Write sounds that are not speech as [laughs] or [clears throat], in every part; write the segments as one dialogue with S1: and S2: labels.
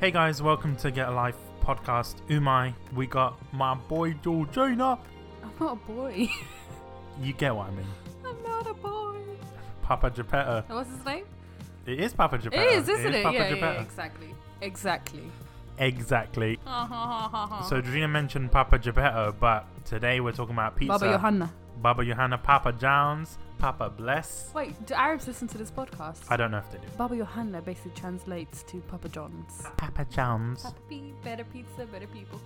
S1: Hey guys, welcome to Get a Life podcast. Umai, we got my boy Georgina.
S2: I'm not a Oh, boy. [laughs]
S1: You get what I mean.
S2: I'm not a boy.
S1: Papa Geppetto.
S2: That was his name?
S1: It is Papa Geppetto.
S2: It is, isn't it?
S1: Papa
S2: yeah, yeah,
S1: Geppetto.
S2: yeah, exactly. Exactly.
S1: Exactly.
S2: Ha, ha, ha, ha,
S1: [laughs]
S2: ha.
S1: So Georgina mentioned Papa Geppetto, but today we're talking about pizza.
S2: Baba Johanna.
S1: Baba Johanna, Papa John's, Papa Bless.
S2: Wait, do Arabs listen to this podcast?
S1: I don't know if they do.
S2: Baba Johanna basically translates to Papa John's.
S1: Papa John's.
S2: Papa P, better pizza, better people.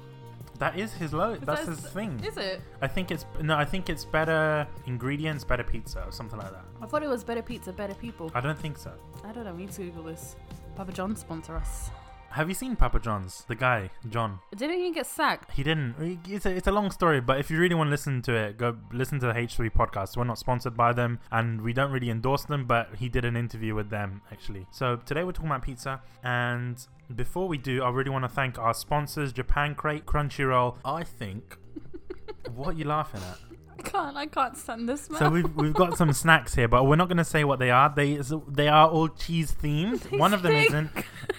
S1: That is his low.
S2: Is
S1: That's
S2: that-
S1: his thing.
S2: Is it?
S1: I think it's no. I think it's better ingredients, better pizza, or something like that.
S2: I thought it was better pizza, better people.
S1: I don't think so.
S2: I don't know, we need to Google this. Papa John sponsor us.
S1: Have you seen Papa John's? The guy, John.
S2: Didn't he get sacked? [laughs]
S1: He didn't. It's a, it's a long story, but if you really want to listen to it, go listen to the H3 podcast. We're not sponsored by them and we don't really endorse them, but he did an interview with them actually. So today we're talking about pizza. And before we do, I really want to thank our sponsors Japan Crate, Crunchyroll. I think. What are you laughing at?
S2: I can't, I can't stand this man.
S1: So we've, we've got some snacks here, but we're not going to say what they are. They they are all cheese themed.
S2: [laughs] They
S1: One of them
S2: stink.
S1: isn't,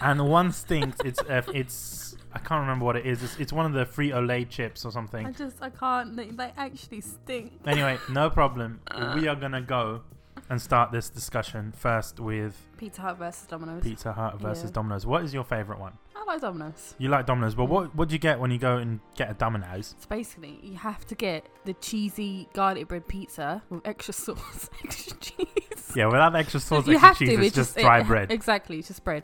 S1: and one stinks. It's uh, it's I can't remember what it is. It's, it's one of the Frito Lay chips or something.
S2: I just, I can't. They, they actually stink.
S1: Anyway, no problem.
S2: Uh.
S1: We are gonna go and start this discussion first with
S2: Pizza Hut versus Domino's.
S1: Pizza Hut versus
S2: Yeah. Mm.
S1: Domino's. What is your favorite one?
S2: I like Domino's.
S1: You like Domino's, but what what do you get when you go and get a Domino's?
S2: It's basically you have to get the cheesy garlic bread pizza with extra sauce, [laughs] extra cheese.
S1: Yeah, without the extra sauce,
S2: you
S1: extra
S2: have
S1: cheese,
S2: to.
S1: it's, just dry
S2: it-
S1: bread.
S2: Exactly, it's just bread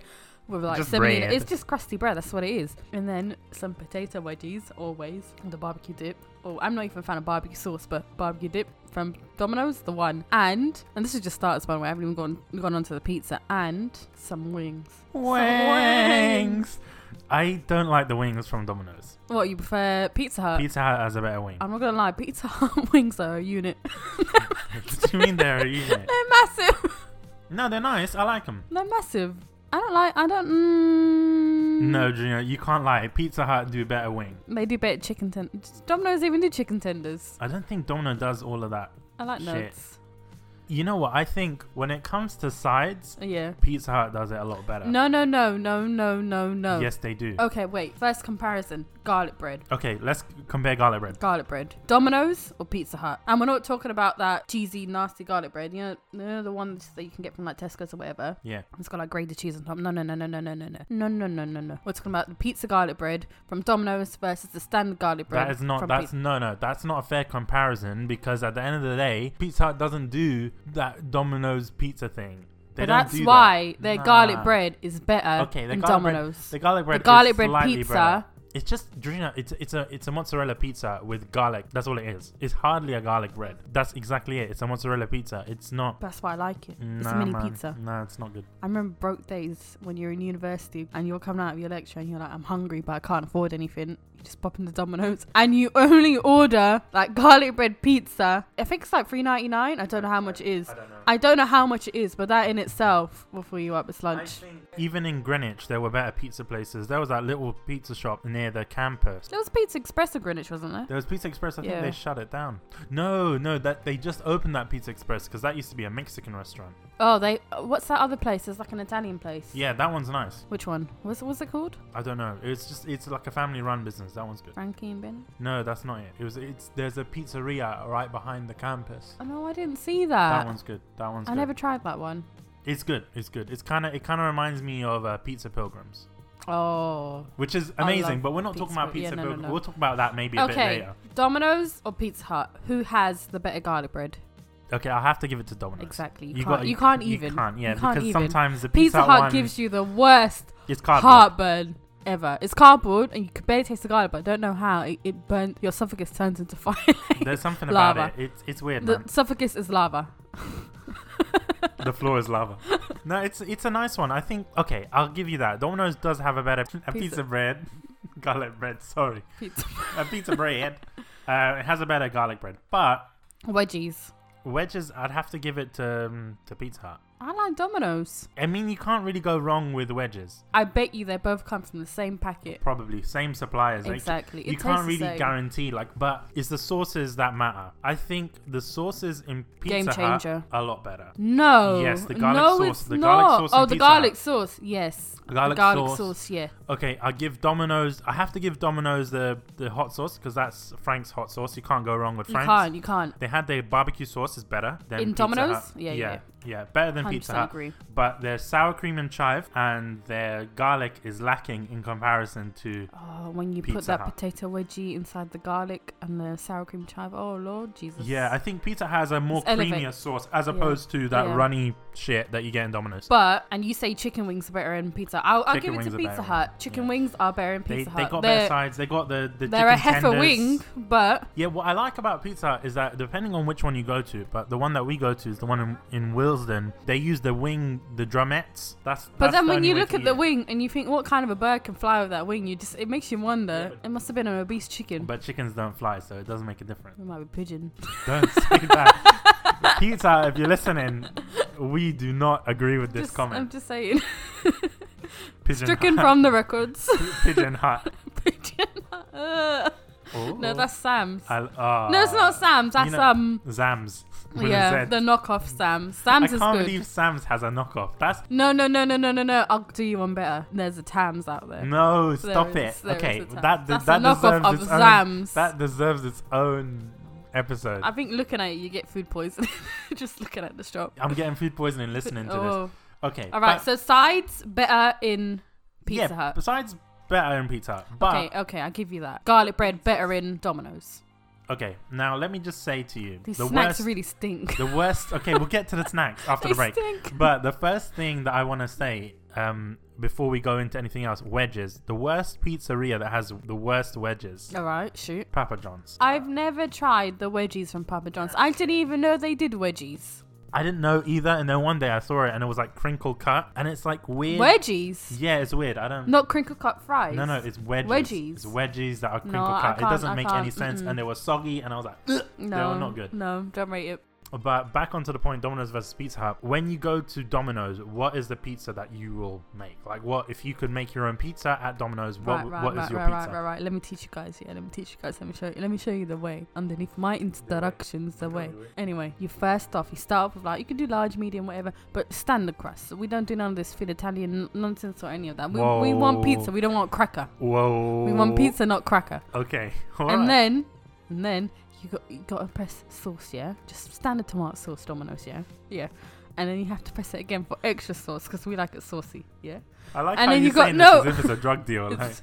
S2: with like
S1: Just
S2: seven. in it.
S1: bread.
S2: It's just crusty bread. That's what it is. And then some potato wedgies, always and the barbecue dip. Oh, I'm not even a fan of barbecue sauce, but barbecue dip from Domino's, the one. And and this is just starters by the way. I haven't even gone gone onto the pizza and some wings.
S1: wings. I don't like the wings from Domino's.
S2: What you prefer, Pizza Hut?
S1: Pizza Hut has a better wing.
S2: I'm not gonna lie, Pizza Hut [laughs] wings are a unit.
S1: [laughs] What do you mean
S2: [laughs]
S1: they're a unit?
S2: They're massive.
S1: No, they're nice. I like them.
S2: They're massive. I don't like. I don't. Mm,
S1: No, Junior, you can't lie. Pizza Hut do better wing.
S2: They do better chicken tenders. Domino's even do chicken tenders.
S1: I don't think Domino does all of that.
S2: I like
S1: Shit.
S2: nuts.
S1: You know what? I think when it comes to sides,
S2: Yeah.
S1: Pizza Hut does it a lot better.
S2: No, no, no, no, no, no, no.
S1: Yes, they do.
S2: Okay, wait. First comparison: garlic bread.
S1: Okay, let's compare garlic bread.
S2: Garlic bread. Domino's or Pizza Hut. And we're not talking about that cheesy, nasty garlic bread. You know, you know the ones that you can get from like Tesco's or whatever.
S1: Yeah.
S2: It's got like grated cheese on top. No, no, no, no, no, no, no, no, no, no, no, no, no. We're talking about the pizza garlic bread from Domino's versus the standard garlic bread.
S1: That is not.
S2: from
S1: That's no, no. That's not a fair comparison because at the end of the day, Pizza Hut doesn't do that Domino's pizza thing. They
S2: But
S1: don't
S2: that's
S1: do that.
S2: why their
S1: Nah.
S2: garlic bread is better
S1: Okay, the
S2: than
S1: garlic bread-
S2: Domino's.
S1: The garlic bread.
S2: the garlic
S1: is
S2: bread
S1: slightly
S2: pizza.
S1: better. It's just Drina. It's it's a it's a mozzarella pizza with garlic. That's all it is. It's hardly a garlic bread. That's exactly it. It's a mozzarella pizza. It's not.
S2: That's why I like it. it's a
S1: Nah,
S2: mini
S1: man.
S2: pizza.
S1: Nah, it's not good.
S2: I remember broke days when you're in university and you're coming out of your lecture and you're like, I'm hungry but I can't afford anything. You just pop into Domino's [laughs] and you only order like garlic bread pizza. I think it's like three ninety nine. I don't know how much it is.
S1: I don't know.
S2: I don't know how much it is, but that in itself will fill you up. It's
S1: I
S2: lunch.
S1: think even in Greenwich, there were better pizza places. There was that little pizza shop near the campus.
S2: There was Pizza Express in Greenwich, wasn't there?
S1: There was Pizza Express. I think
S2: Yeah.
S1: they shut it down. No, no, that they just opened that Pizza Express because that used to be a Mexican restaurant.
S2: Oh, they. What's that other place? There's like an Italian place.
S1: Yeah, that one's nice.
S2: Which one? What's, what's it called?
S1: I don't know. It's just it's like a family-run business. That one's good.
S2: Frankie and Ben?
S1: No, that's not it. It was it's there's a pizzeria right behind the campus.
S2: Oh, no, I didn't see that.
S1: That one's good. That one's
S2: I
S1: good.
S2: never tried that one.
S1: It's good. It's good. It's kind of it kind of reminds me of uh, Pizza Pilgrims,
S2: Oh.
S1: which is
S2: I love
S1: amazing. But we're not talking
S2: Pizza
S1: about
S2: Pil- yeah,
S1: Pizza
S2: no, no,
S1: Pilgrims.
S2: no.
S1: We'll talk about that maybe a bit
S2: Okay,
S1: later.
S2: Domino's or Pizza Hut? Who has the better garlic bread?
S1: Okay, I have to give it to Domino's.
S2: Exactly. You,
S1: You
S2: can't,
S1: got-
S2: you can't
S1: You
S2: even.
S1: can't. Yeah,
S2: You can't
S1: because
S2: even.
S1: sometimes the Pizza,
S2: Pizza Hut
S1: one
S2: gives you the worst
S1: it's cardboard.
S2: heartburn ever. It's cardboard and you can barely taste the garlic, but I don't know how. It, it burnt. Your esophagus turns into [laughs] fire.
S1: There's something
S2: Lava.
S1: about it. It's it's weird,
S2: the
S1: man.
S2: esophagus is lava.
S1: The floor is lava. No, it's it's a nice one. I think. Okay, I'll give you that. Domino's does have a better a
S2: Pizza.
S1: pizza bread, [laughs] garlic bread. Sorry,
S2: Pizza. [laughs]
S1: a pizza bread. Uh, it has a better garlic bread, but
S2: Wedgies.
S1: wedges. I'd have to give it to um, to Pizza Hut.
S2: I like Domino's.
S1: I mean, you can't really go wrong with wedges.
S2: I bet you they both come from the same packet.
S1: Probably same suppliers. like,
S2: Exactly.
S1: you
S2: it
S1: can't
S2: tastes
S1: really
S2: the same.
S1: guarantee, like, but it's the sauces that matter. I think the sauces in Pizza
S2: Game
S1: Hut
S2: changer.
S1: are a lot better.
S2: No.
S1: Yes, the garlic
S2: no,
S1: sauce-
S2: It's
S1: the
S2: not.
S1: garlic sauce in
S2: Oh, the
S1: Pizza Hut.
S2: garlic sauce. Yes.
S1: The garlic
S2: the garlic
S1: sauce.
S2: Yeah.
S1: Okay, I give Domino's. I have to give Domino's the the hot sauce because that's Frank's hot sauce. You can't go wrong with
S2: You
S1: Frank's.
S2: can't. You can't.
S1: They had their barbecue sauce is better than
S2: In
S1: Pizza
S2: Domino's?
S1: Hut.
S2: Yeah,
S1: yeah,
S2: yeah,
S1: yeah, better than
S2: 100%
S1: Pizza Hut.
S2: agree.
S1: But their sour cream and chive and their garlic is lacking in comparison to
S2: Oh, when you put
S1: Pizza
S2: that
S1: Hut.
S2: potato wedgie inside the garlic and the sour cream chive. Oh Lord Jesus.
S1: Yeah, I think pizza has a more
S2: It's elevate-
S1: creamier sauce as
S2: Yeah.
S1: opposed to that
S2: Yeah.
S1: runny shit that you get in Domino's.
S2: But and you say chicken wings are better in pizza. I'll, I'll give
S1: Chicken
S2: it
S1: wings
S2: to
S1: are
S2: Pizza
S1: better.
S2: Hut. Chicken
S1: Yeah.
S2: wings are better in
S1: they,
S2: Pizza
S1: they
S2: Hut.
S1: got
S2: they're
S1: their sides. They got the the
S2: they're a
S1: chicken
S2: heifer
S1: tenders.
S2: wing, but
S1: Yeah, what I like about pizza Hut is that depending on which one you go to, but the one that we go to is the one in, in Willesden. They use the wing, the drumettes. That's
S2: But
S1: that's
S2: then
S1: the
S2: when
S1: only
S2: you
S1: way
S2: look
S1: to
S2: at
S1: eat
S2: the
S1: it.
S2: wing and you think, what kind of a bird can fly with that wing? You just it makes you wonder.
S1: Yeah, but-
S2: It must have been an obese chicken.
S1: but chickens don't fly, so it doesn't make a difference. [laughs]
S2: it might be pigeon.
S1: Don't say that. pizza, Hut, if you're listening, we do not agree with this
S2: Just- I'm
S1: comment.
S2: just saying. [laughs]
S1: Pigeon
S2: Stricken
S1: Hut-
S2: from
S1: [laughs]
S2: the records. [laughs]
S1: pigeon hut.
S2: pigeon. Uh,
S1: Oh.
S2: [laughs] no, that's Sam's.
S1: I, uh,
S2: no, it's not Sam's. That's
S1: know-
S2: um.
S1: Zams. With a
S2: Yeah,
S1: Z.
S2: the knockoff Sam.
S1: I
S2: Sam's is
S1: can't
S2: good.
S1: believe Sam's has a knockoff. That's
S2: no, no, no, no, no, no, no. I'll do you one better. There's a Tams out there.
S1: no.
S2: There
S1: Stop
S2: is-
S1: it.
S2: there is
S1: Okay,
S2: a Tams.
S1: that
S2: That's
S1: that
S2: a knockoff
S1: deserves
S2: of
S1: its own.
S2: Sam's.
S1: That deserves its own episode.
S2: I think looking at it, you get food poisoning. [laughs] just looking at the shop.
S1: I'm getting food poisoning listening to this. Okay.
S2: Oh. All right,
S1: but-
S2: so sides better in Pizza
S1: yeah,
S2: Hut.
S1: Besides better in Pizza Hut, but okay.
S2: okay, okay, I'll give you that. Garlic bread better in Domino's.
S1: Now let me just say to you,
S2: uh, These
S1: the
S2: snacks
S1: worst, [laughs]
S2: really stink.
S1: the worst. Okay, we'll get to the snacks after
S2: they
S1: the
S2: [laughs]
S1: break.
S2: stink.
S1: But the first thing that I want to say um, before we go into anything else, wedges. The worst pizzeria that has the worst wedges,
S2: All right, shoot.
S1: Papa John's.
S2: I've never tried the wedgies from Papa John's. I didn't even know they did wedgies.
S1: I didn't know either, and then one day I saw it, and it was like crinkle cut, and it's like weird.
S2: Wedgies,
S1: Yeah, it's weird. I don't.
S2: not crinkle cut fries.
S1: No, no, it's wedges.
S2: Wedgies.
S1: It's wedges that are crinkle
S2: I
S1: cut. It
S2: can't-
S1: doesn't
S2: I
S1: make any
S2: can't,
S1: sense,
S2: mm-mm.
S1: and they were soggy, and I was like, [clears throat] "Ugh."
S2: no,
S1: not good.
S2: No, don't rate it.
S1: but back onto the point, Domino's versus Pizza Hut. When you go to Domino's, what is the pizza that you will make? Like, what if you could make your own pizza at Domino's? What,
S2: right, right,
S1: what is
S2: right,
S1: your
S2: right,
S1: pizza?
S2: right, right, right. Let me teach you guys. Yeah, let me teach you guys. Let me show you. Let me show you the way underneath my instructions. The way. Anyway, you first off, you start off with like you can do large, medium, whatever, but standard crust. We don't do none of this fit Italian n- nonsense or any of that. We, we want
S1: Whoa.
S2: pizza. We don't want cracker.
S1: Whoa.
S2: We want pizza, not cracker.
S1: Okay. [laughs] All
S2: and
S1: right.
S2: then, and then you got you got to press sauce. Yeah, just standard tomato sauce, Domino's. Yeah, yeah. And then you have to press it again for extra sauce because we like it saucy. Yeah.
S1: I like
S2: and
S1: how
S2: then
S1: you're
S2: you got-
S1: saying
S2: no.
S1: this as if it's a drug
S2: [laughs]
S1: deal. like,
S2: It's,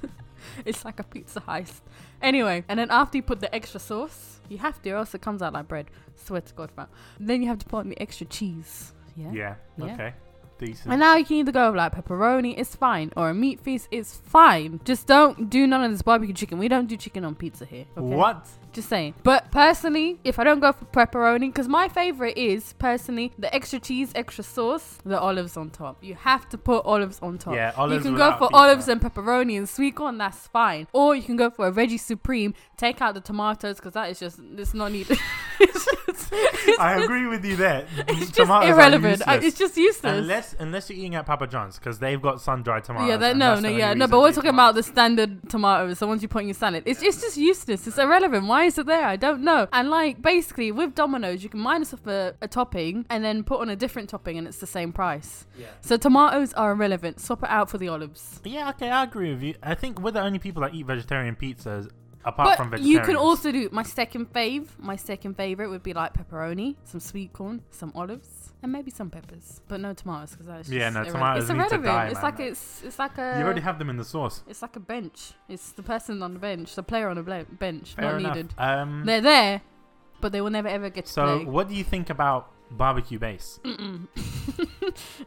S2: it's like a pizza heist. Anyway, and then after you put the extra sauce, you have to, or else it comes out like bread. Swear to God, man. Then you have to put in the extra cheese. Yeah.
S1: yeah.
S2: Yeah.
S1: Okay. Decent.
S2: And now you can either go with like pepperoni, it's fine, or a meat feast, it's fine. Just don't do none of this barbecue chicken. We don't do chicken on pizza here. okay?
S1: What?
S2: Just saying. But personally, if I don't go for pepperoni, because my favorite is personally the extra cheese, extra sauce, the olives on top. You have to put olives on top.
S1: Yeah, olives
S2: you can go
S1: without
S2: for
S1: pizza.
S2: olives and pepperoni and sweet corn. That's fine. Or you can go for a veggie supreme. Take out the tomatoes because that is just it's not needed. [laughs] it's just,
S1: [laughs]
S2: it's
S1: I
S2: just-
S1: agree with you there.
S2: [laughs] It's just
S1: Tomatoes are
S2: irrelevant. I-
S1: useless.
S2: It's just useless.
S1: Unless unless you're eating at Papa John's because they've got sun dried tomatoes.
S2: yeah, that,
S1: and
S2: no,
S1: that's the
S2: no,
S1: only
S2: yeah, no.
S1: reason
S2: But we're
S1: they
S2: talking
S1: can't.
S2: about the standard tomatoes, the ones you put in your salad. It's it's just useless. It's irrelevant. Why is it there? I don't know. And like basically with Domino's, you can minus off a, a topping and then put on a different topping, and it's the same price.
S1: Yeah.
S2: So tomatoes are irrelevant. Swap it out for the olives.
S1: Yeah, okay, I agree with you. I think we're the only people that eat vegetarian pizzas apart from
S2: But you
S1: vegetarians.
S2: can also do my second fave. My second favorite would be like pepperoni, some sweet corn, some olives, and maybe some peppers, but no tomatoes because that's
S1: Yeah,
S2: just
S1: no,
S2: irrelevant.
S1: tomatoes
S2: It's
S1: need to
S2: irrelevant.
S1: die,
S2: it's
S1: man.
S2: like it's it's like a
S1: You already have them in the sauce.
S2: It's like a bench. It's the person on the bench, the player on the ble- bench,
S1: Fair
S2: not
S1: enough.
S2: needed.
S1: Um,
S2: They're there, but they will never ever get to
S1: so,
S2: play.
S1: what do you think about barbecue
S2: [laughs]
S1: base?
S2: Mm-mm.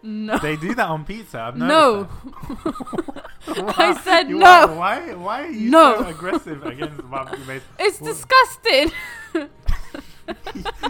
S2: no,
S1: they do that on pizza. I've noticed
S2: no.
S1: that.
S2: [laughs] I said
S1: You
S2: no.
S1: are- Why? Why are you
S2: No.
S1: so aggressive against barbecue base?
S2: It's
S1: Well-
S2: disgusting.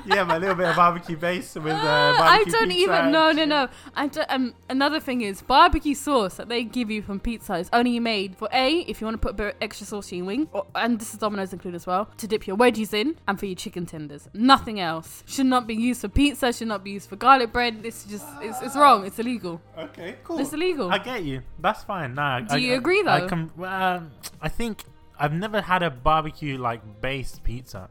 S1: yeah, but a little bit of barbecue base with uh,
S2: Uh, [laughs] I
S1: barbecue
S2: don't
S1: pizza
S2: even.
S1: and
S2: No, no,
S1: shit.
S2: no. I don't, um, another thing is barbecue sauce that they give you from pizza is only made for a if you want to put a bit of extra sauce in your wing, or, and this is Domino's included as well, to dip your wedgies in and for your chicken tenders. Nothing else should not be used for pizza. Should not be used for garlic bread. This is just it's, it's wrong. It's illegal.
S1: Okay, cool.
S2: It's illegal.
S1: I get you. That's fine. Nah.
S2: Do
S1: I,
S2: you
S1: I-
S2: agree,
S1: I,
S2: though?
S1: com- um, I think I've never had a barbecue like based pizza.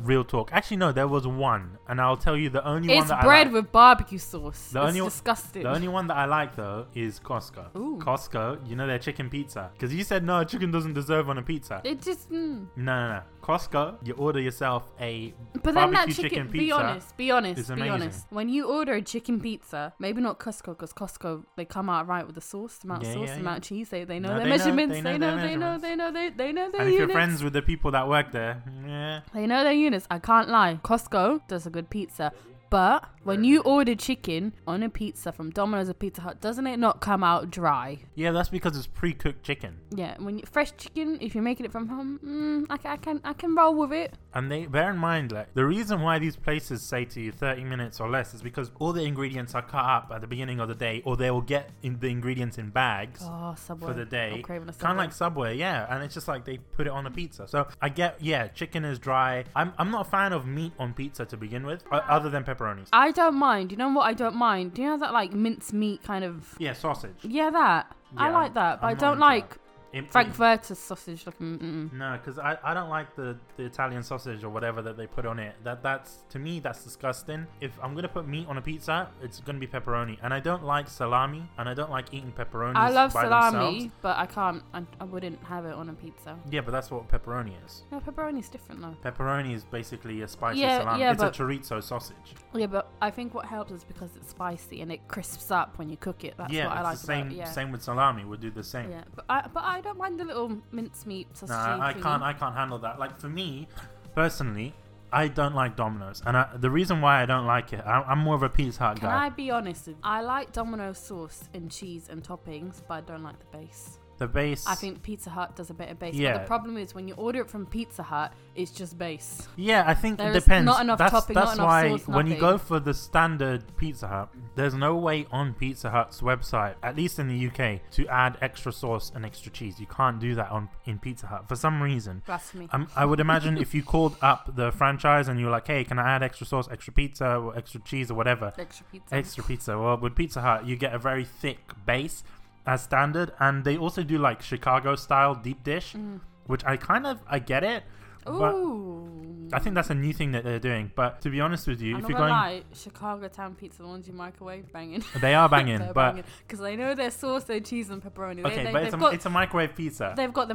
S1: Real talk. Actually, no. There was one, and I'll tell you the only one
S2: it's
S1: that
S2: bread
S1: I like.
S2: with barbecue sauce.
S1: The
S2: it's
S1: only-
S2: disgusting.
S1: The only one that I like though is Costco.
S2: Ooh.
S1: Costco, you know their chicken pizza. Because you said no, chicken doesn't deserve on a pizza.
S2: it just. Mm.
S1: No, no, no. Costco, you order yourself a
S2: But then
S1: barbecue
S2: that chicken,
S1: chicken, pizza.
S2: be honest, be
S1: is
S2: honest, be
S1: amazing.
S2: honest. When you order a chicken pizza, maybe not Costco, because Costco they come out right with the sauce, the amount of
S1: Yeah,
S2: sauce,
S1: yeah,
S2: the
S1: yeah.
S2: amount of cheese. They they know
S1: No,
S2: their
S1: they know-
S2: measurements.
S1: they know their
S2: They know they know
S1: measurements.
S2: they know they they know their
S1: And if you're
S2: units.
S1: friends with the people that work there, yeah.
S2: They know their units. I can't lie. Costco does a good pizza. But when you order chicken on a pizza from Domino's or Pizza Hut, doesn't it not come out dry?
S1: Yeah, that's because it's pre-cooked chicken.
S2: Yeah, when you, fresh chicken, if you're making it from home, mm, I, ca- I can I can roll with it.
S1: And they bear in mind, like the reason why these places say to you 30 minutes or less is because all the ingredients are cut up at the beginning of the day, or they will get in the ingredients in bags.
S2: Oh, Subway.
S1: For the day,
S2: I'm craving a
S1: kind of
S2: Subway.
S1: like Subway, yeah, and it's just like they put it on a pizza. So I get, yeah, chicken is dry. I'm, I'm not a fan of meat on pizza to begin with, o- other than pepperonis.
S2: I don't mind. You know what I don't mind? Do you know that like minced meat kind of?
S1: Yeah, sausage.
S2: Yeah, that. I
S1: Yeah,
S2: like that, but
S1: I'm
S2: I
S1: not
S2: don't
S1: into
S2: like
S1: Im-
S2: Frankfurter sausage looking. Mm-mm.
S1: No, because I, I don't like the, the Italian sausage or whatever that they put on it. That that's to me that's disgusting. If I'm gonna put meat on a pizza, it's gonna be pepperoni, and I don't like salami, and I don't like eating pepperoni.
S2: I love
S1: by
S2: salami,
S1: Themselves.
S2: but I can't. I, I wouldn't have it on a pizza.
S1: Yeah, but that's what pepperoni is.
S2: No, pepperoni's different though.
S1: Pepperoni is basically a spicy
S2: Yeah,
S1: salami.
S2: yeah,
S1: it's
S2: but-
S1: a chorizo sausage.
S2: Yeah, but I think what helps is because it's spicy and it crisps up when you cook it. That's
S1: yeah,
S2: what
S1: it's
S2: I like
S1: the same.
S2: about it. Yeah.
S1: Same with salami. We'll do the same.
S2: Yeah, but I but I don't mind the little mincemeat sausage.
S1: No, I, I can't. I can't handle that. Like for me, personally, I don't like Domino's, and I, the reason why I don't like it, I, I'm more of a Pizza Hut
S2: Can
S1: guy.
S2: I be honest? With you? I like Domino sauce and cheese and toppings, but I don't like the base.
S1: The base.
S2: I think Pizza Hut does a better base. But
S1: Yeah.
S2: the problem is when you order it from Pizza Hut, it's just base.
S1: Yeah, I think
S2: There
S1: it
S2: is
S1: depends.
S2: not enough
S1: that's
S2: topping, not
S1: that's
S2: enough
S1: why
S2: sauce,
S1: when you
S2: nothing.
S1: go for the standard Pizza Hut, there's no way on Pizza Hut's website, at least in the UK, to add extra sauce and extra cheese. You can't do that on in Pizza Hut for some reason.
S2: Blasphemy.
S1: Um, I would imagine if you called up the franchise and you were like, "Hey, can I add extra sauce, extra pizza, or extra cheese, or whatever?"
S2: Extra pizza.
S1: Extra pizza. Well, with Pizza Hut, you get a very thick base as standard, and they also do like Chicago style deep dish,
S2: Mm.
S1: which I kind of I get it. but-
S2: Ooh.
S1: I think that's a new thing that they're doing. But to be honest with you,
S2: I'm
S1: if
S2: not
S1: you're
S2: gonna
S1: going,
S2: lie, Chicago town pizza, the ones you microwave, banging.
S1: they are
S2: [laughs]
S1: banging. but
S2: because they know their sauce, their cheese, and pepperoni.
S1: okay,
S2: they, they,
S1: but
S2: they've
S1: it's a,
S2: got
S1: it's a microwave pizza.
S2: they've got the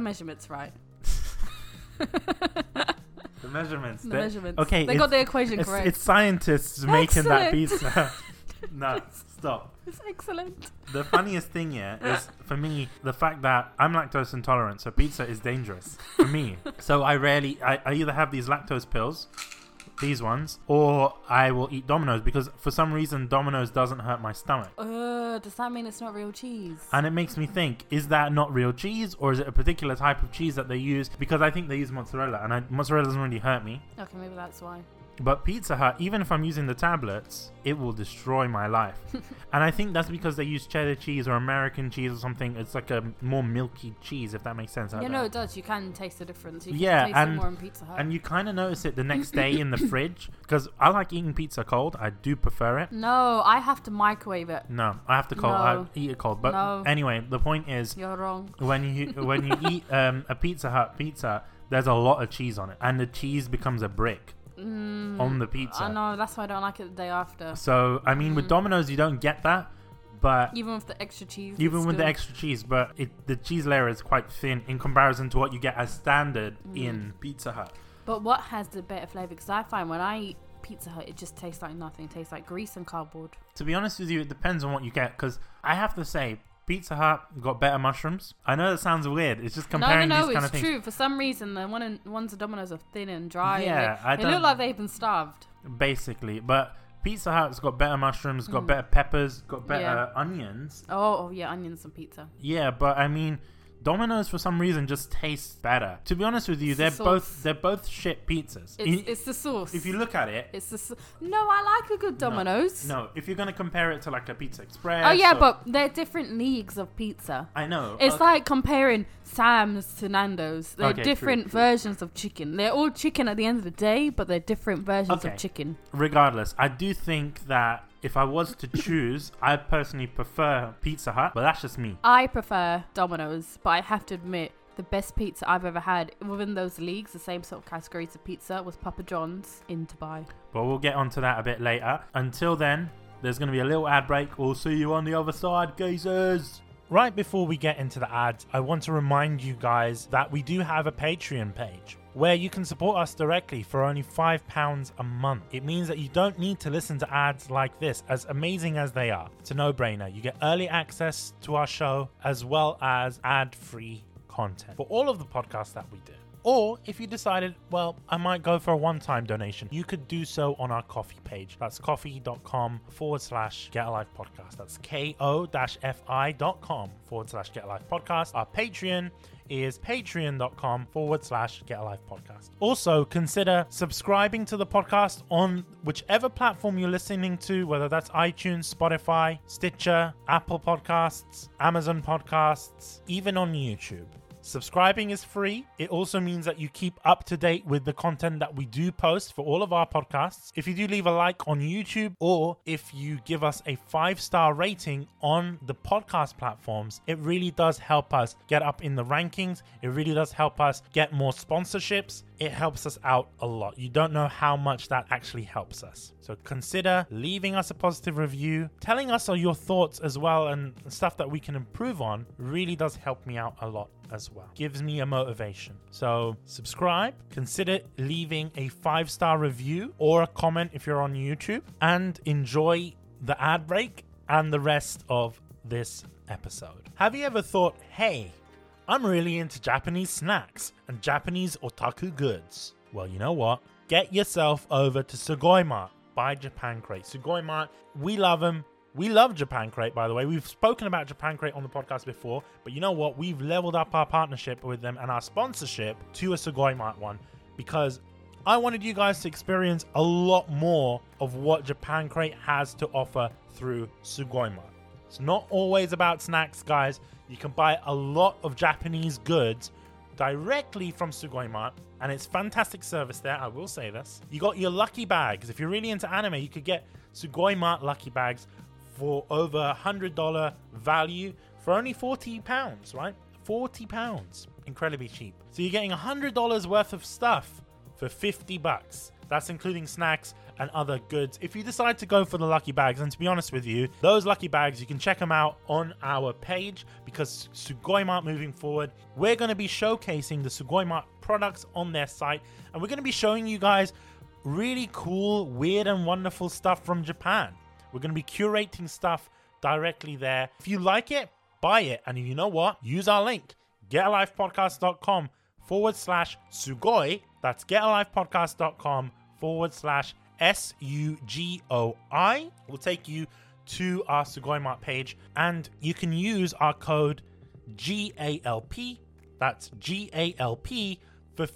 S1: [laughs]
S2: measurements right. [laughs]
S1: The measurements.
S2: the
S1: they're-
S2: measurements.
S1: okay,
S2: they
S1: it's-
S2: got the equation
S1: it's,
S2: correct.
S1: it's scientists making that
S2: Excellent.
S1: pizza. [laughs] no, stop.
S2: [laughs] It's excellent.
S1: The funniest thing here is for me the fact that I'm lactose intolerant, so pizza is dangerous for
S2: [laughs]
S1: me. So I rarely, I, I either have these lactose pills. These ones, or I will eat Domino's because for some reason Domino's doesn't hurt my stomach.
S2: Uh, does that mean it's not real cheese?
S1: And it makes me think, is that not real cheese or is it a particular type of cheese that they use? Because I think they use mozzarella and I, mozzarella doesn't really hurt me.
S2: okay, maybe that's why.
S1: But Pizza Hut, even if I'm using the tablets, it will destroy my
S2: [laughs]
S1: life. and I think that's because they use cheddar cheese or American cheese or something. It's like a more milky cheese, if that makes sense. I
S2: Yeah,
S1: don't
S2: no,
S1: know.
S2: it does. You uh, can taste the difference. You can
S1: Yeah,
S2: taste
S1: and-
S2: it more in Pizza Hut.
S1: And you kind of notice it the next day
S2: [coughs]
S1: in the fridge because I like eating pizza cold. I do prefer it.
S2: No, I have to microwave it.
S1: No, I have to cold.
S2: No.
S1: I eat it cold. But
S2: No.
S1: anyway, the point is,
S2: You're wrong.
S1: when you when you eat um, a Pizza Hut pizza, there's a lot of cheese on it, and the cheese becomes a brick
S2: Mm,
S1: on the pizza.
S2: I know. That's why I don't like it the day after.
S1: So I mean, with
S2: Mm.
S1: Domino's, you don't get that, but
S2: Even with the extra cheese.
S1: even
S2: it's
S1: with the
S2: still-
S1: extra cheese, but it, the cheese layer is quite thin in comparison to what you get as standard
S2: Mm.
S1: in Pizza Hut.
S2: But what has the better flavor? Because I find when I eat Pizza Hut, it just tastes like nothing. It tastes like grease and cardboard.
S1: To be honest with you, it depends on what you get. Because I have to say, Pizza Hut got better mushrooms. I know that sounds weird. It's just comparing
S2: no, no, no.
S1: these kind
S2: it's
S1: of things.
S2: true. For some reason, the one in, ones at Domino's are thin and dry. and
S1: Yeah,
S2: they,
S1: I
S2: they
S1: don't-
S2: look like they've been starved.
S1: Basically, but Pizza Hut's got better mushrooms, got
S3: Hmm.
S2: Mm.
S1: better peppers, got better
S2: Yeah.
S1: onions.
S2: Oh, oh yeah, onions and pizza.
S1: Yeah, but I mean, Domino's for some reason just tastes better. To be honest with you,
S3: It's the
S1: they're
S3: sauce.
S1: both they're both shit pizzas.
S3: It's,
S1: In-
S3: it's the sauce.
S1: if you look at it,
S3: it's the s- no. I like a good Domino's.
S1: no. If you're gonna compare it to like a Pizza Express,
S3: Oh yeah,
S1: or-
S3: but they're different leagues of pizza.
S1: I know
S3: It's
S1: okay.
S3: like comparing Sam's to Nando's. They're
S1: Okay, true,
S3: different
S1: true.
S3: versions of chicken. They're all chicken at the end of the day, but they're different versions
S1: Okay.
S3: of chicken.
S1: regardless, I do think that if I was
S3: [laughs]
S1: to choose, I personally prefer Pizza Hut, but that's just me.
S3: I prefer Domino's, but I have to admit, the best pizza I've ever had within those leagues, the same sort of categories of pizza, was Papa John's in Dubai.
S1: But we'll get onto that a bit later. Until then, there's going to be a little ad break. We'll see you on the other side, geezers. Right before we get into the ads, I want to remind you guys that we do have a Patreon page where you can support us directly for only £5 a month. It means that you don't need to listen to ads like this, as amazing as they are. It's a no brainer. You get early access to our show as well as ad free content for all of the podcasts that we do. Or if you decided, well, I might go for a one time donation, you could do so on our coffee page. That's coffee.com forward slash get alive podcast. That's ko fi.com forward slash get alive podcast. Our Patreon is patreon.com forward slash get alive podcast. Also, consider subscribing to the podcast on whichever platform you're listening to, whether that's iTunes, Spotify, Stitcher, Apple Podcasts, Amazon Podcasts, even on YouTube. Subscribing is free. It also means that you keep up to date with the content that we do post for all of our podcasts. If you do leave a like on YouTube or if you give us a five star rating on the podcast platforms, it really does help us get up in the rankings. It really does help us get more sponsorships. It helps us out a lot. You don't know how much that actually helps us. So consider leaving us a positive review, telling us all your thoughts as well and stuff that we can improve on really does help me out a lot as well. Gives me a motivation. So subscribe, consider leaving a five star review or a comment if you're on YouTube, and enjoy the ad break and the rest of this episode. Have you ever thought, hey, I'm really into Japanese snacks and Japanese otaku goods? Well, you know what? Get yourself over to Sugoi Mart by Japan Crate. Sugoi Mart, we love them. We love Japan Crate, by the way. We've spoken about Japan Crate on the podcast before, but you know what? We've leveled up our partnership with them and our sponsorship to a Sugoi Mart one because I wanted you guys to experience a lot more of what Japan Crate has to offer through Sugoi Mart. It's not always about snacks, guys. You can buy a lot of Japanese goods directly from Sugoi Mart, and it's fantastic service there. I will say this. You got your lucky bags. If you're really into anime, you could get Sugoi Mart lucky bags for over a hundred dollar value for only forty pounds, right? Forty pounds, incredibly cheap. So you're getting a hundred dollars worth of stuff for fifty bucks. That's including snacks and other goods. If you decide to go for the lucky bags, and to be honest with you, those lucky bags, you can check them out on our page because Sugoi Mart moving forward, we're going to be showcasing the Sugoi Mart products on their site and we're going to be showing you guys really cool, weird, and wonderful stuff from Japan. We're going to be curating stuff directly there. If you like it, buy it. And you know what? Use our link, getalifepodcast.com forward slash sugoi. That's getalifepodcast.com forward slash S U G O I. We'll take you to our Sugoi Mart page and you can use our code GALP. That's GALP for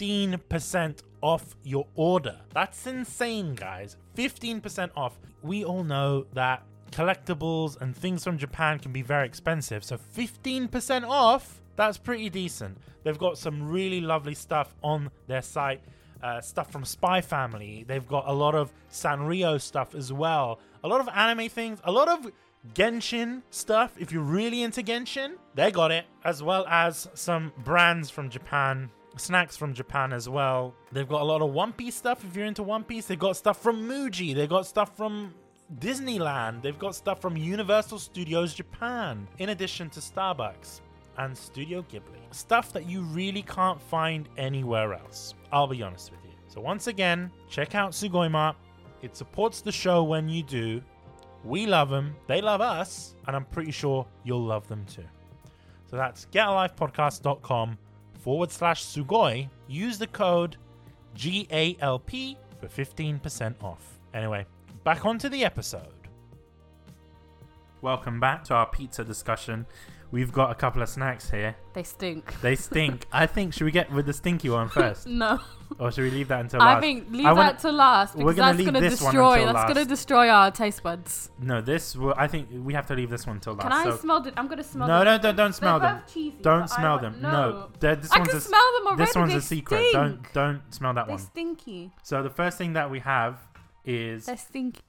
S1: 15% off your order. That's insane, guys. 15% off. We all know that collectibles and things from Japan can be very expensive. So 15% off, that's pretty decent. They've got some really lovely stuff on their site. Uh, stuff from Spy Family. They've got a lot of Sanrio stuff as well. A lot of anime things. A lot of Genshin stuff. If you're really into Genshin, they got it. As well as some brands from Japan, snacks from Japan as well. They've got a lot of One Piece stuff. If you're into One Piece, they've got stuff from Muji. They've got stuff from Disneyland. They've got stuff from Universal Studios Japan. In addition to Starbucks and Studio Ghibli. Stuff that you really can't find anywhere else. I'll be honest with you. So once again, check out Sugoima. It supports the show when you do. We love them, they love us, and I'm pretty sure you'll love them too. So that's getalifepodcast.com forward slash sugoi. Use the code GALP for 15% off. Anyway, back onto the episode. Welcome back to our pizza discussion. We've got a couple of snacks here.
S3: [laughs]
S2: They stink.
S1: They [laughs] stink. I think should we get with the stinky one first,
S2: No,
S1: or should we leave that until
S2: I
S1: last?
S2: think leave
S1: I wanna-
S2: that to last
S1: we're
S2: because
S1: gonna
S2: that's
S1: leave
S2: gonna
S1: this one
S2: destroy.
S1: until
S2: That's gonna
S1: last.
S2: destroy our taste buds.
S1: no, this. Will, I think we have to leave this one till last.
S2: Can I
S1: Ah, so-
S2: smell it? I'm gonna smell
S1: no,
S2: them.
S1: no, don't, don't smell
S2: They're
S1: them.
S2: both cheesy,
S1: Don't
S2: but I
S1: smell
S2: want-
S1: them.
S2: No,
S1: No, They're- this
S2: I
S1: one's
S2: can
S1: a,
S2: smell them already.
S1: this one's
S2: they
S1: a secret. Don't
S2: Stink.
S1: don't smell that
S2: They're
S1: one.
S2: stinky.
S1: So the first thing that we have
S2: [laughs]
S1: is
S2: They're stinky.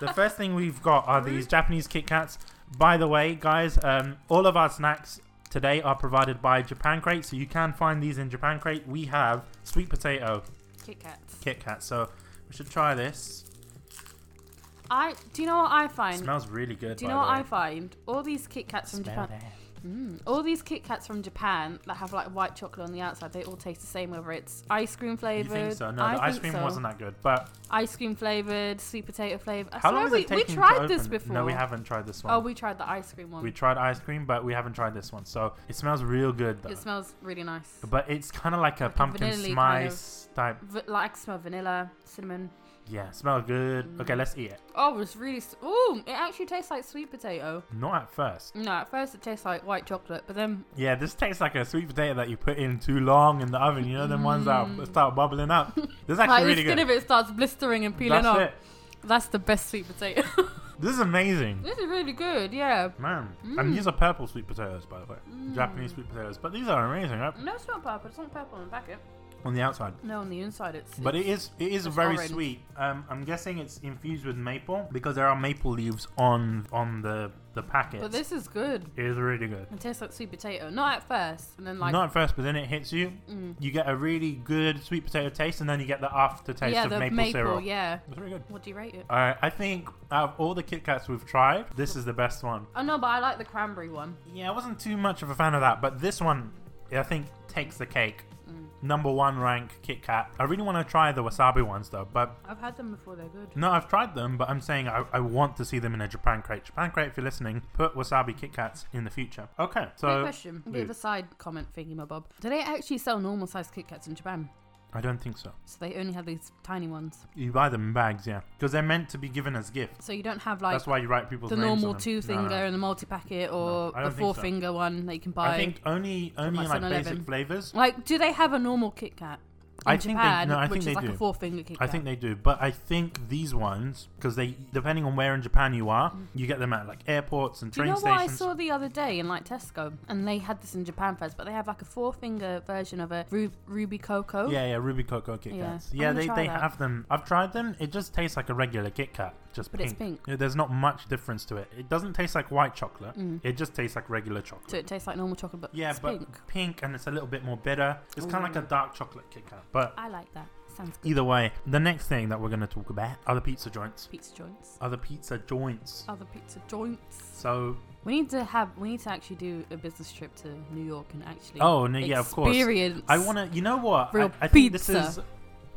S1: the first thing we've got are these Japanese Kit Kats. By the way, guys, um, all of our snacks today are provided by Japan Crate, so you can find these in Japan Crate. We have sweet potato
S2: Kit Kats.
S1: Kit Kat, so we should try this.
S2: I do you know what I
S1: It
S2: find?
S1: smells really good.
S2: do you
S1: by
S2: know what
S1: the way.
S2: I find? All these Kit Kats from
S1: Smell
S2: Japan.
S1: that.
S2: Mm. All these Kit Kats from Japan that have like white chocolate on the outside, they all taste the same, whether it's ice cream
S1: You
S2: flavored.
S1: think so? No, the ice cream wasn't that good. But
S2: Ice cream flavored, sweet potato flavored.
S1: how long is
S2: we,
S1: it taking
S2: we
S1: to
S2: tried this
S1: open?
S2: before.
S1: No, we haven't tried this one.
S2: Oh, we tried the ice cream one.
S1: we tried ice cream, but we haven't tried this one. So it smells real good though.
S2: it smells really nice.
S1: But it's kind of like a
S2: Like a
S1: pumpkin
S2: vanilla-y kind of-
S1: spice type.
S2: V- like I smell vanilla, cinnamon.
S1: Yeah, smell good.
S2: Mm.
S1: Okay, let's eat it.
S2: Oh, it's really. s Ooh, it actually tastes like sweet potato.
S1: Not at first.
S2: No, at first it tastes like white chocolate, but then
S1: Yeah, this tastes like a sweet potato that you put in too long in the oven. You know, them ones that
S2: Mm.
S1: start bubbling
S2: [laughs]
S1: up. This is
S2: like
S1: actually
S2: the
S1: really
S2: skin
S1: good.
S2: of it starts blistering and peeling
S1: That's
S2: off.
S1: it.
S2: That's the best sweet potato.
S1: This is amazing.
S2: [laughs] this is really good, yeah.
S1: Man.
S2: Mm.
S1: And these are purple sweet potatoes, by the way. Japanese
S2: Mm.
S1: sweet potatoes. But these are amazing, right?
S2: No, it's not purple. It's not purple on the packet.
S1: On the outside.
S2: No, on the inside it's.
S1: But it is it is
S2: it's
S1: very
S2: orange.
S1: sweet. Um, I'm guessing it's infused with maple because there are maple leaves on on the the packet.
S2: But this is good.
S1: it is really good.
S2: It tastes like sweet potato. Not at first, and then like.
S1: Not at first, but then it hits you.
S2: mm.
S1: You get a really good sweet potato taste, and then you get the aftertaste
S2: yeah,
S1: of
S2: the
S1: maple, syrup.
S2: Yeah.
S1: It's really good.
S2: What do you rate it?
S1: Uh, I think out of all the Kit Kats we've tried, this is the best one.
S2: Oh no, but I like the cranberry one.
S1: Yeah, I wasn't too much of a fan of that, but this one, I think, takes the cake.
S2: Mm.
S1: Number one rank Kit Kat. I really want to try the wasabi ones though, but
S2: I've had them before. They're good.
S1: no, I've tried them, but I'm saying I, I want to see them in a Japan crate. Japan crate, if you're listening, put wasabi Kit Kats in the future. Okay,
S2: Quick
S1: so mm.
S2: question. A bit of a side comment thingy, my bob. Do they actually sell normal sized Kit Kats in Japan?
S1: I don't think so.
S2: So they only have these tiny ones.
S1: You buy them in bags, yeah, because they're meant to be given as gifts.
S2: So you don't have like
S1: That's why you write people's
S2: the
S1: names on
S2: normal
S1: them.
S2: two
S1: No,
S2: finger
S1: no.
S2: and the multi packet
S1: No,
S2: or
S1: I
S2: the
S1: don't think
S2: four
S1: so.
S2: finger one that you can buy.
S1: I think only only
S2: like
S1: like
S2: 7-Eleven.
S1: basic flavors.
S2: Like, do they have a normal Kit Kat in
S1: I think they-
S2: Japan,
S1: no, I
S2: which
S1: think
S2: is
S1: they
S2: like a
S1: do.
S2: four finger Kit
S1: I
S2: Kat?
S1: think they do, but I think these ones because they depending on where in Japan you are, you get them at like airports and
S2: Mm. do you
S1: train
S2: know what I
S1: stations.
S2: saw the other day in like Tesco, and they had this in Japan first, but they have like a four finger version of a Ru- Ruby Coco.
S1: Yeah, yeah, Ruby Coco Kit
S2: Yeah.
S1: Kats.
S2: I'm
S1: Yeah,
S2: gonna
S1: they,
S2: try
S1: they
S2: that.
S1: have them. I've tried them. It just tastes like a regular Kit Kat, just
S2: But
S1: pink.
S2: it's pink.
S1: Yeah, There's not much difference to it. It doesn't taste like white chocolate.
S2: Mm.
S1: It just tastes like regular chocolate.
S2: So it tastes like normal chocolate, but
S1: yeah,
S2: it's
S1: but
S2: pink.
S1: pink and it's a little bit more bitter. It's kind of like a
S2: Ooh.
S1: dark chocolate Kit Kat. But
S2: I like that. Sounds good.
S1: either way, the next thing that we're going to talk about are the pizza joints.
S2: Pizza joints.
S1: Are the pizza joints.
S2: Other pizza joints.
S1: So
S2: We need to have. We need to actually do a business trip to New York and actually.
S1: Oh no, yeah, of course.
S2: Experience.
S1: I want to. You know what?
S2: Real
S1: I, I think this
S2: pizza.
S1: is,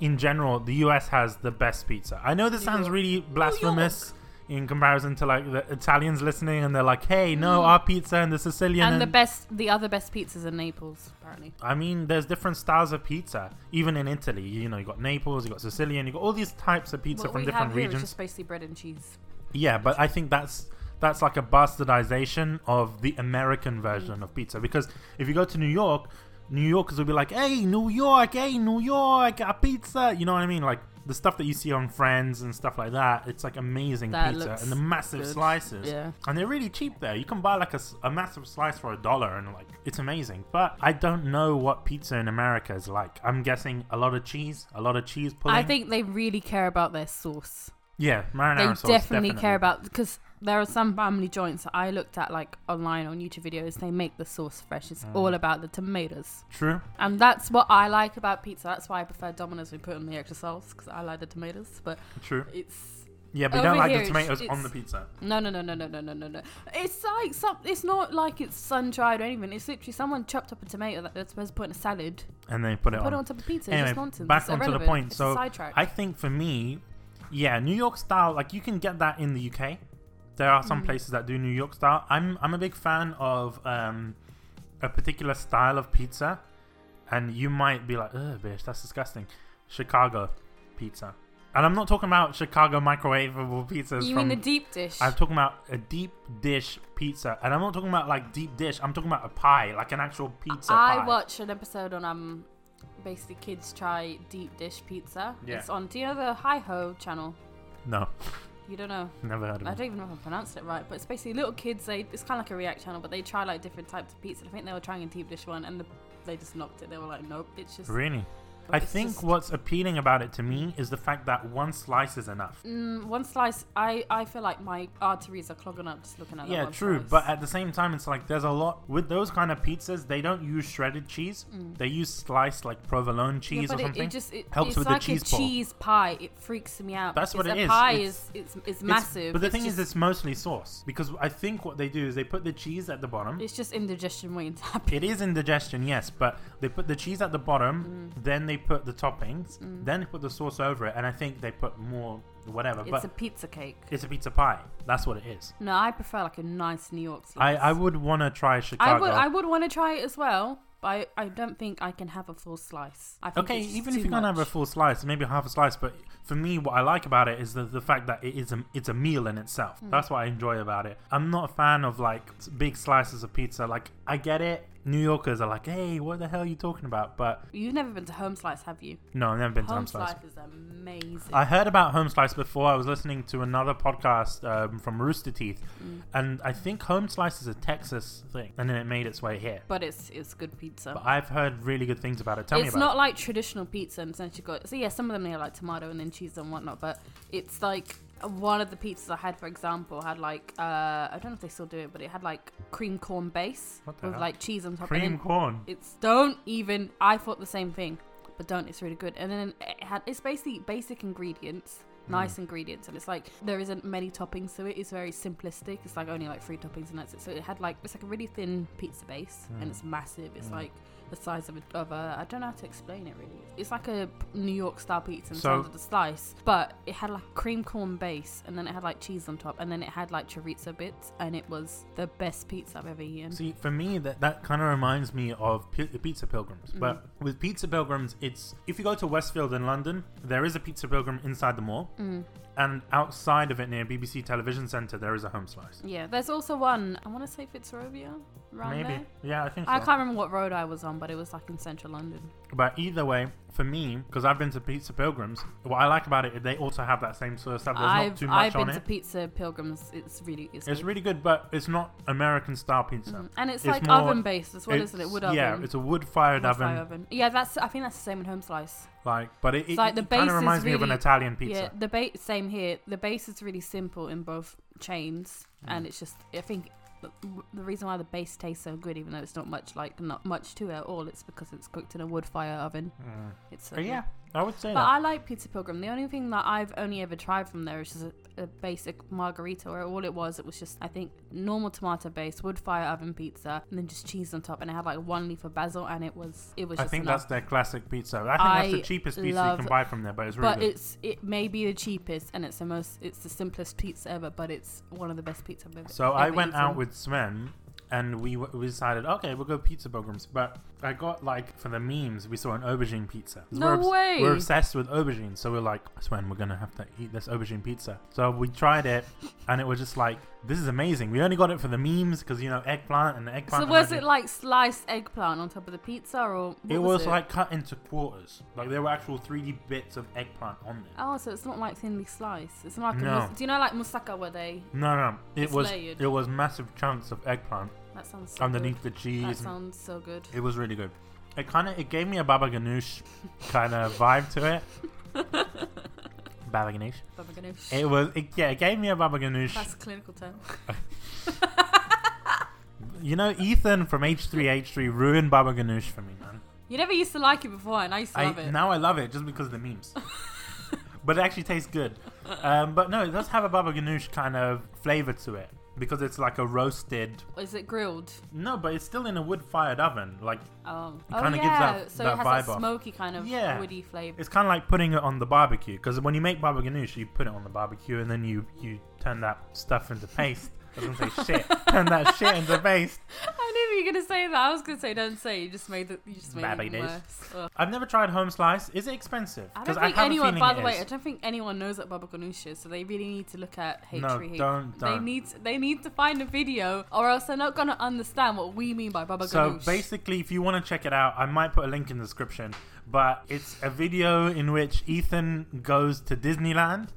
S1: in general, the U.S. has the best pizza. I know this
S2: New
S1: sounds
S2: York.
S1: really blasphemous in comparison to like the Italians listening, and they're like, "Hey, no,
S2: Mm.
S1: our pizza and the Sicilian."
S2: and the best, the other best pizzas in Naples, apparently.
S1: I mean, there's different styles of pizza, even in Italy. You know, you got Naples, you got Sicilian, you got all these types of pizza
S2: what
S1: from
S2: we
S1: different
S2: have here is
S1: regions.
S2: just basically bread and cheese.
S1: Yeah, but I think that's that's like a bastardization of the American version of pizza because if you go to New York, New Yorkers will be like, "Hey, New York, hey, New York, a pizza." You know what I mean? Like the stuff that you see on Friends and stuff like that. It's like amazing
S2: That
S1: pizza
S2: looks
S1: and the massive
S2: good.
S1: slices.
S2: Yeah.
S1: And they're really cheap there. You can buy like a, s- a massive slice for a dollar and like it's amazing. But I don't know what pizza in America is like. I'm guessing a lot of cheese, a lot of cheese pudding.
S2: I think they really care about their sauce.
S1: yeah,
S2: They
S1: marinara
S2: definitely,
S1: sauce.
S2: care about because there are some family joints that I looked at like online on YouTube videos. They make the sauce fresh. It's
S1: Mm.
S2: all about the tomatoes,
S1: True.
S2: and that's what I like about pizza. That's why I prefer Domino's. We put on the extra sauce because I like the tomatoes. But
S1: True.
S2: it's
S1: Yeah, but you
S2: Over
S1: don't like
S2: here,
S1: the
S2: it's-
S1: tomatoes on
S2: it's-
S1: the pizza.
S2: No, no, no, no, no, no, no, no, no. It's like some. It's not like it's sun dried or anything. It's literally someone chopped up a tomato that they're supposed to put in a salad.
S1: And they put it
S2: put
S1: on.
S2: it on top of pizza.
S1: Anyway,
S2: it's just nonsense.
S1: back
S2: it's
S1: onto the
S2: irrelevant.
S1: point,
S2: It's
S1: so
S2: a sidetrack.
S1: I think for me, yeah, New York style, like you can get that in the UK. There are some
S2: Mm.
S1: places that do New York style. I'm I'm a big fan of um, a particular style of pizza, and you might be like, "Ugh, bitch, that's disgusting." Chicago pizza. And I'm not talking about Chicago microwavable pizzas.
S2: You
S1: from,
S2: mean the deep dish?
S1: I'm talking about a deep dish pizza, and I'm not talking about like deep dish. I'm talking about a pie, like an actual pizza
S2: I
S1: pie.
S2: watch an episode on um, basically kids try deep dish pizza.
S1: Yeah.
S2: It's on. Do you know the Hi Ho channel?
S1: no, [laughs]
S2: You don't know.
S1: never heard of
S2: I
S1: it.
S2: don't even know if I pronounced it right, but it's basically little kids. They it's kind of like a React channel, but they try like different types of pizza. I think they were trying a deep dish one, and the, they just knocked it. They were like, nope, it's just.
S1: Really, I
S2: it's
S1: think
S2: just-
S1: what's appealing about it to me is the fact that one slice is enough.
S2: Mm, one slice, I, I feel like my arteries are clogging up just looking at that.
S1: Yeah,
S2: one
S1: true.
S2: slice.
S1: But at the same time, it's like there's a lot with those kind of pizzas. They don't use shredded cheese. They use sliced like provolone
S2: Mm. Yeah,
S1: cheese
S2: but
S1: or
S2: it-
S1: something.
S2: It, just it,
S1: Helps
S2: it's
S1: with the
S2: like
S1: cheese
S2: a
S1: ball.
S2: cheese pie. It freaks me out.
S1: That's
S2: because
S1: what it
S2: a
S1: is.
S2: Pie
S1: It's-
S2: is it's, it's
S1: It's-
S2: massive.
S1: But the
S2: It's
S1: thing is,
S2: just-
S1: it's mostly sauce because I think what they do is they put the cheese at the bottom.
S2: it's just indigestion waiting
S1: [laughs]
S2: to happen.
S1: It is indigestion, yes, but they put the cheese at the bottom,
S2: Mm.
S1: then they put the toppings, then they put the sauce over it, and I think they put more whatever.
S2: It's
S1: but
S2: a pizza cake.
S1: it's a pizza pie. That's what it is.
S2: No, I prefer like a nice New York
S1: I,
S2: slice.
S1: I would want to try Chicago.
S2: I would I would want to try it as well, but I, I don't think I can have a full slice. I think
S1: okay,
S2: it's just
S1: even if
S2: too
S1: you can't have a
S2: much.
S1: full slice, maybe half a slice. But for me, what I like about it is the, the fact that it is a, it's a meal in itself.
S2: Mm.
S1: That's what I enjoy about it. I'm not a fan of like s- big slices of pizza. Like I get it. New Yorkers are like, hey, what the hell are you talking about? But
S2: You've never been to Home Slice, have you?
S1: no, I've never been to
S2: Home
S1: Home Slice.
S2: Slice is amazing.
S1: I heard about Home Slice before. I was listening to another podcast um, from Rooster Teeth,
S2: Mm.
S1: and I think Home Slice is a Texas thing, and then it made its way here.
S2: but it's it's good pizza.
S1: But I've heard really good things about it. Tell
S2: Oh. it's
S1: me
S2: not
S1: about
S2: like traditional pizza and essentially got so yeah some of them they have like tomato and then cheese and whatnot but it's like one of the pizzas i had for example had like uh i don't know if they still do it but it had like cream corn base
S1: What the
S2: with
S1: hell?
S2: like cheese on top
S1: it.
S2: and
S1: Cream
S2: then
S1: corn.
S2: it's don't even i thought the same thing but don't it's really good and then it had it's basically basic ingredients nice ingredients and it's like there isn't many toppings to it it's very simplistic it's like only like three toppings and that's it so it had like it's like a really thin pizza base and it's massive it's like the size of a, of a i don't know how to explain it really it's like a new york style pizza in
S1: So-
S2: terms of the slice but it had like cream corn base and then it had like cheese on top and then it had like chorizo bits and it was the best pizza i've ever eaten
S1: See, for me, that, that kind of reminds me of P- Pizza Pilgrims. But
S2: Mm.
S1: with Pizza Pilgrims, it's if you go to Westfield in London, there is a Pizza Pilgrim inside the mall,
S2: Mm.
S1: and outside of it near BBC Television Centre, there is a Home Slice.
S2: Yeah, there's also one. I want to say Fitzrovia, around
S1: Maybe,
S2: there.
S1: yeah, I think.
S2: I
S1: so.
S2: can't remember what road I was on, but it was like in central London.
S1: But either way, for me, because I've been to Pizza Pilgrims, what I like about it is they also have that same sort of stuff. There's not
S2: I've
S1: too
S2: I've
S1: much
S2: been
S1: on
S2: to
S1: it.
S2: Pizza Pilgrims. It's really it's,
S1: It's
S2: good.
S1: really good, but it's not American style pizza.
S2: Mhm. and it's,
S1: it's
S2: like
S1: more-
S2: oven based as well, isn't it?
S1: It's-
S2: Wood oven.
S1: Yeah, it's a wood-fired
S2: wood
S1: oven,
S2: fire oven. Yeah, that's I think that's the same in home slice.
S1: Like, but it, it,
S2: like the
S1: kind
S2: base
S1: of
S2: is
S1: reminds me of an
S2: really-
S1: Italian
S2: Yeah,
S1: pizza.
S2: the base same here. The base is really simple in both chains,
S1: Mm.
S2: and it's just I think the- the reason why the base tastes so good, even though it's not much like not much to it at all, it's because it's cooked in a wood fire oven.
S1: Mm.
S2: It's
S1: But yeah, I would say
S2: But
S1: that.
S2: I like Pizza Pilgrim. The only thing that I've only ever tried from there is just a, a basic margarita, or all it was, it was just, I think, normal tomato base, wood fire oven pizza, and then just cheese on top. And it had like one leaf of basil, and it was, it was
S1: I
S2: just
S1: think
S2: enough.
S1: that's their classic pizza. I think that's the
S2: I
S1: cheapest pizza you
S2: love-
S1: can buy from there, but it's really
S2: but
S1: good.
S2: it's it may be the cheapest and it's the most it's the simplest pizza ever, but it's one of the best pizza I've ever.
S1: So I
S2: ever
S1: went out
S2: eaten.
S1: with Sven, and we, w- we decided, okay, we'll go pizza pilgrims. But I got like for the memes, we saw an aubergine pizza. 'Cause
S2: No
S1: we're
S2: way!
S1: We're obsessed with aubergine, so we're like, Sven, we're gonna have to eat this aubergine pizza. So we tried it, and it was just like, this is amazing. We only got it for the memes because you know eggplant and the eggplant.
S2: So was
S1: emoji.
S2: it like sliced eggplant on top of the pizza, or what
S1: It was,
S2: was,
S1: like cut into quarters. Like there were actual 3D bits of eggplant on there.
S2: Oh, so it's not like thinly sliced. It's not like
S1: No.
S2: a mus- do you know like moussaka where they
S1: No, no, it
S2: It's
S1: was
S2: layered.
S1: it was massive chunks of eggplant
S2: that sounds so
S1: underneath
S2: good.
S1: the cheese.
S2: That
S1: and-
S2: sounds so good.
S1: It was really good. It kind of it gave me a baba ganoush kind of vibe to
S2: [laughs]
S1: it. Baba ganoush.
S2: Baba ganoush.
S1: It was it, yeah. It gave me a baba ganoush.
S2: That's a clinical term.
S1: You know, Ethan from H3H3 ruined baba ganoush for me, man.
S2: You never used to like it before, and I used to love
S1: I,
S2: it.
S1: now I love it just because of the
S2: [laughs]
S1: memes. but it actually tastes good. Um, but no, it does have a baba ganoush kind of flavor to it because it's like a roasted.
S2: Is it grilled?
S1: No, but it's still in a wood-fired oven. Like
S2: Oh,
S1: It
S2: oh
S1: kinda gives
S2: yeah.
S1: that-
S2: so
S1: that
S2: it has
S1: vibe
S2: that
S1: off.
S2: smoky kind of
S1: Yeah.
S2: woody flavor.
S1: It's kind of like putting it on the barbecue because when you make baba ganoush, you put it on the barbecue and then you
S2: [laughs]
S1: you turn that stuff into paste. I was gonna say shit. turn that shit into paste.
S2: I knew you gonna say that? I was gonna say don't say. You just made it. You just made
S1: Baby
S2: it
S1: days.
S2: worse. Ugh.
S1: I've never tried home slice. Is it expensive?
S2: I
S1: 'Cause
S2: don't think
S1: have a
S2: anyone.
S1: feeling
S2: By
S1: it
S2: the way,
S1: is.
S2: I don't think anyone knows what baba ganoush is, so they really need to look at H3H.
S1: no, don't,
S2: They
S1: don't.
S2: need they need to find a video, or else they're not gonna understand what we mean by baba
S1: so
S2: ganoush.
S1: basically, if you want to check it out, I might put a link in the description. But it's a video in which Ethan goes to
S2: [laughs]
S1: Disneyland,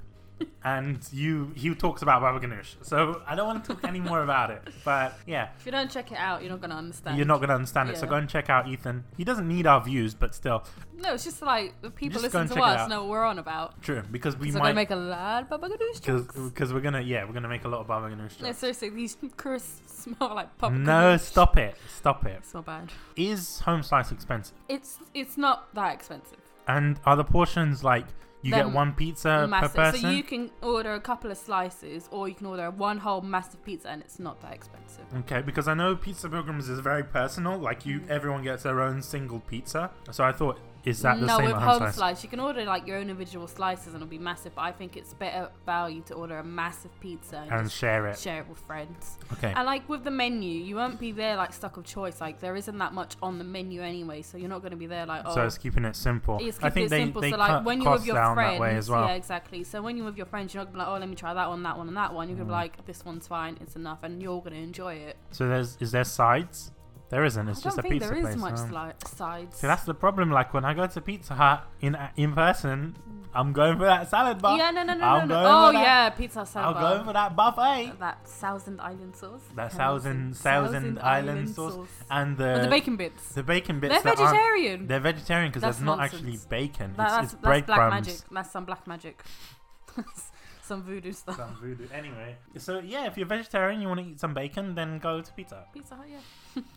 S1: and you he talks about Baba Ganoush. So I don't want to talk any more about it. But yeah,
S2: if you don't check it out, you're not gonna understand.
S1: you're not gonna understand it. So
S2: Yeah.
S1: go and check out Ethan. He doesn't need our views, but still,
S2: No, it's just like the people
S1: just go
S2: listen
S1: and
S2: to
S1: check it
S2: us
S1: out.
S2: know what we're on about.
S1: true because we
S2: so
S1: might
S2: gonna make a lot of baba ganoush jokes.
S1: because we're gonna yeah we're gonna make a lot of Baba Ganoush.
S2: No,
S1: jokes.
S2: seriously, these crisps smell like baba
S1: No,
S2: ganoush.
S1: stop it, stop it.
S2: It's not bad.
S1: Is home slice expensive?
S2: It's it's not that expensive.
S1: And are the portions like you
S2: They're
S1: get one pizza Uh, per
S2: massive.
S1: person?
S2: So you can order a couple of slices, or you can order one whole massive pizza, and it's not that expensive.
S1: Okay, because I know Pizza Pilgrims is very personal. Like
S2: Mm.
S1: you, everyone gets their own single pizza. So I thought, is that the
S2: no,
S1: same
S2: with
S1: at
S2: home
S1: home
S2: slice.
S1: slice?
S2: you can order like your own individual slices, and it'll be massive. But I think it's better value to order a massive pizza and,
S1: and
S2: just
S1: share it?
S2: share it with friends.
S1: Okay.
S2: And like with the menu, you won't be there like stuck of choice. Like there isn't that much on the menu anyway, so you're not going to be there like oh.
S1: So it's keeping it simple.
S2: It's
S1: I
S2: keeping
S1: think
S2: it
S1: they
S2: simple.
S1: they
S2: so
S1: cut
S2: like when you're
S1: costs
S2: with your
S1: down
S2: friends,
S1: that way as well.
S2: yeah, exactly. So when you're with your friends, you're not gonna be like, oh, let me try that one, that one, and that one. You're
S1: Mm.
S2: gonna be like, this one's fine, it's enough, and you're gonna enjoy it.
S1: So there's is there sides? There isn't. It's
S2: I
S1: just
S2: don't
S1: a
S2: think
S1: pizza
S2: there is
S1: place.
S2: much
S1: um,
S2: sli- sides.
S1: See, that's the problem. Like when I go to Pizza Hut in in person, I'm going for that salad bar.
S2: yeah, no, no, no,
S1: I'll
S2: no, no.
S1: go
S2: Oh
S1: with that.
S2: yeah, pizza salad
S1: I'll
S2: bar.
S1: go for that buffet.
S2: that thousand island sauce.
S1: That Thousand- Thousand Island sauce. And the
S2: And the bacon bits.
S1: the bacon bits.
S2: They're
S1: that aren't-
S2: vegetarian.
S1: They're vegetarian because
S2: That's
S1: there's not
S2: nonsense.
S1: actually bacon.
S2: That- that's
S1: it's, it's
S2: that's
S1: bread
S2: black
S1: crumbs.
S2: magic. That's some black magic. [laughs] some voodoo stuff.
S1: Some voodoo. Anyway, so yeah, if you're vegetarian, you want to eat some bacon, then go to Pizza. Hut.
S2: Pizza Hut, yeah.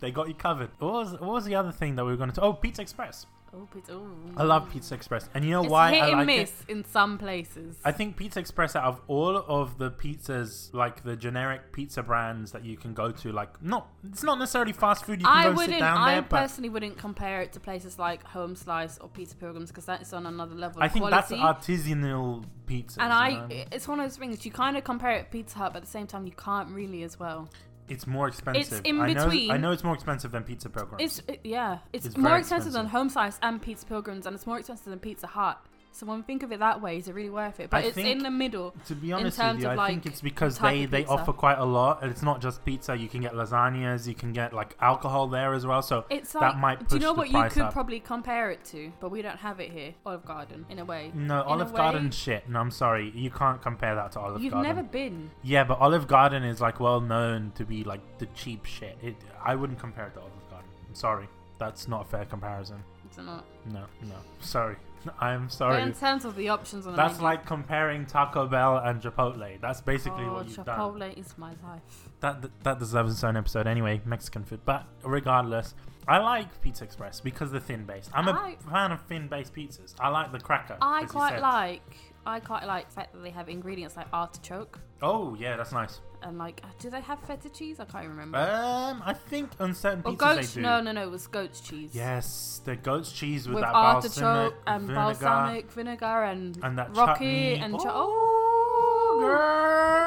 S1: They got you covered. What was, what was the other thing that we were going to? Oh, Pizza Express.
S2: Oh, pizza. Oh.
S1: I love Pizza Express, and you know
S2: It's
S1: why
S2: hit
S1: I
S2: and
S1: like
S2: miss
S1: it.
S2: in some places.
S1: I think Pizza Express, out of all of the pizzas, like the generic pizza brands that you can go to, like not it's not necessarily fast food. You can
S2: I
S1: go and
S2: wouldn't.
S1: sit down
S2: I
S1: there, but
S2: personally wouldn't compare it to places like Home Slice or Pizza Pilgrims because that is on another level.
S1: I
S2: of
S1: think
S2: quality.
S1: that's artisanal pizza.
S2: and I, it's one of those things you kind of compare it to Pizza Hut, but at the same time you can't really as well.
S1: it's more expensive.
S2: in
S1: I know, I
S2: between.
S1: know it's more expensive than Pizza Pilgrim.
S2: It's it- yeah, it's,
S1: It's
S2: more
S1: very
S2: expensive, than
S1: expensive.
S2: Home Slice and Pizza Pilgrims, and it's more expensive than Pizza Hut. So when we think of it that way, is it really worth it? But
S1: I
S2: it's
S1: think-
S2: in the middle.
S1: To be honest with
S2: terms
S1: you,
S2: of,
S1: I think
S2: like,
S1: it's because
S2: type
S1: they,
S2: of
S1: they
S2: pizza.
S1: offer quite a lot. and It's not just pizza. You can get lasagnas. You can get like alcohol there as well. So
S2: It's
S1: that
S2: like
S1: might
S2: do you
S1: push
S2: know
S1: the
S2: what you
S1: price
S2: could
S1: up.
S2: probably compare it to? But we don't have it here. Olive Garden, in a way.
S1: no
S2: a
S1: Olive
S2: way-
S1: Garden shit. No, I'm sorry. You can't compare that to Olive
S2: You've
S1: Garden.
S2: never been.
S1: Yeah, but Olive Garden is like well known to be like the cheap shit. It, I wouldn't compare it to Olive Garden. I'm sorry. That's not a fair comparison.
S2: It's not.
S1: No, no. Sorry. [laughs] I'm
S2: But
S1: sorry.
S2: in terms of the options on the
S1: That's
S2: menu,
S1: like comparing Taco Bell and Chipotle. That's basically
S2: oh,
S1: what you've done.
S2: Chipotle is my life.
S1: that that deserves its own episode anyway mexican food but regardless i like pizza express because they're thin based i'm a
S2: I-
S1: fan of thin based pizzas i like the cracker
S2: I
S1: as you
S2: quite
S1: said.
S2: like. I quite like the fact that they have ingredients like artichoke
S1: oh yeah that's nice
S2: and like do they have feta cheese? I can't remember.
S1: um i think on certain
S2: or
S1: pizzas
S2: Mm. goat's?
S1: they do
S2: No, no, no. It was goat's cheese.
S1: yes the goat's cheese with,
S2: with
S1: that
S2: artichoke
S1: balsamic
S2: and
S1: vinegar
S2: balsamic vinegar and,
S1: and that
S2: rocket
S1: chutney.
S2: and
S1: oh,
S2: cho- oh,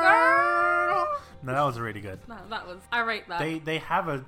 S1: girl. no that was really good
S2: That, that was I rate that. They,
S1: they they have a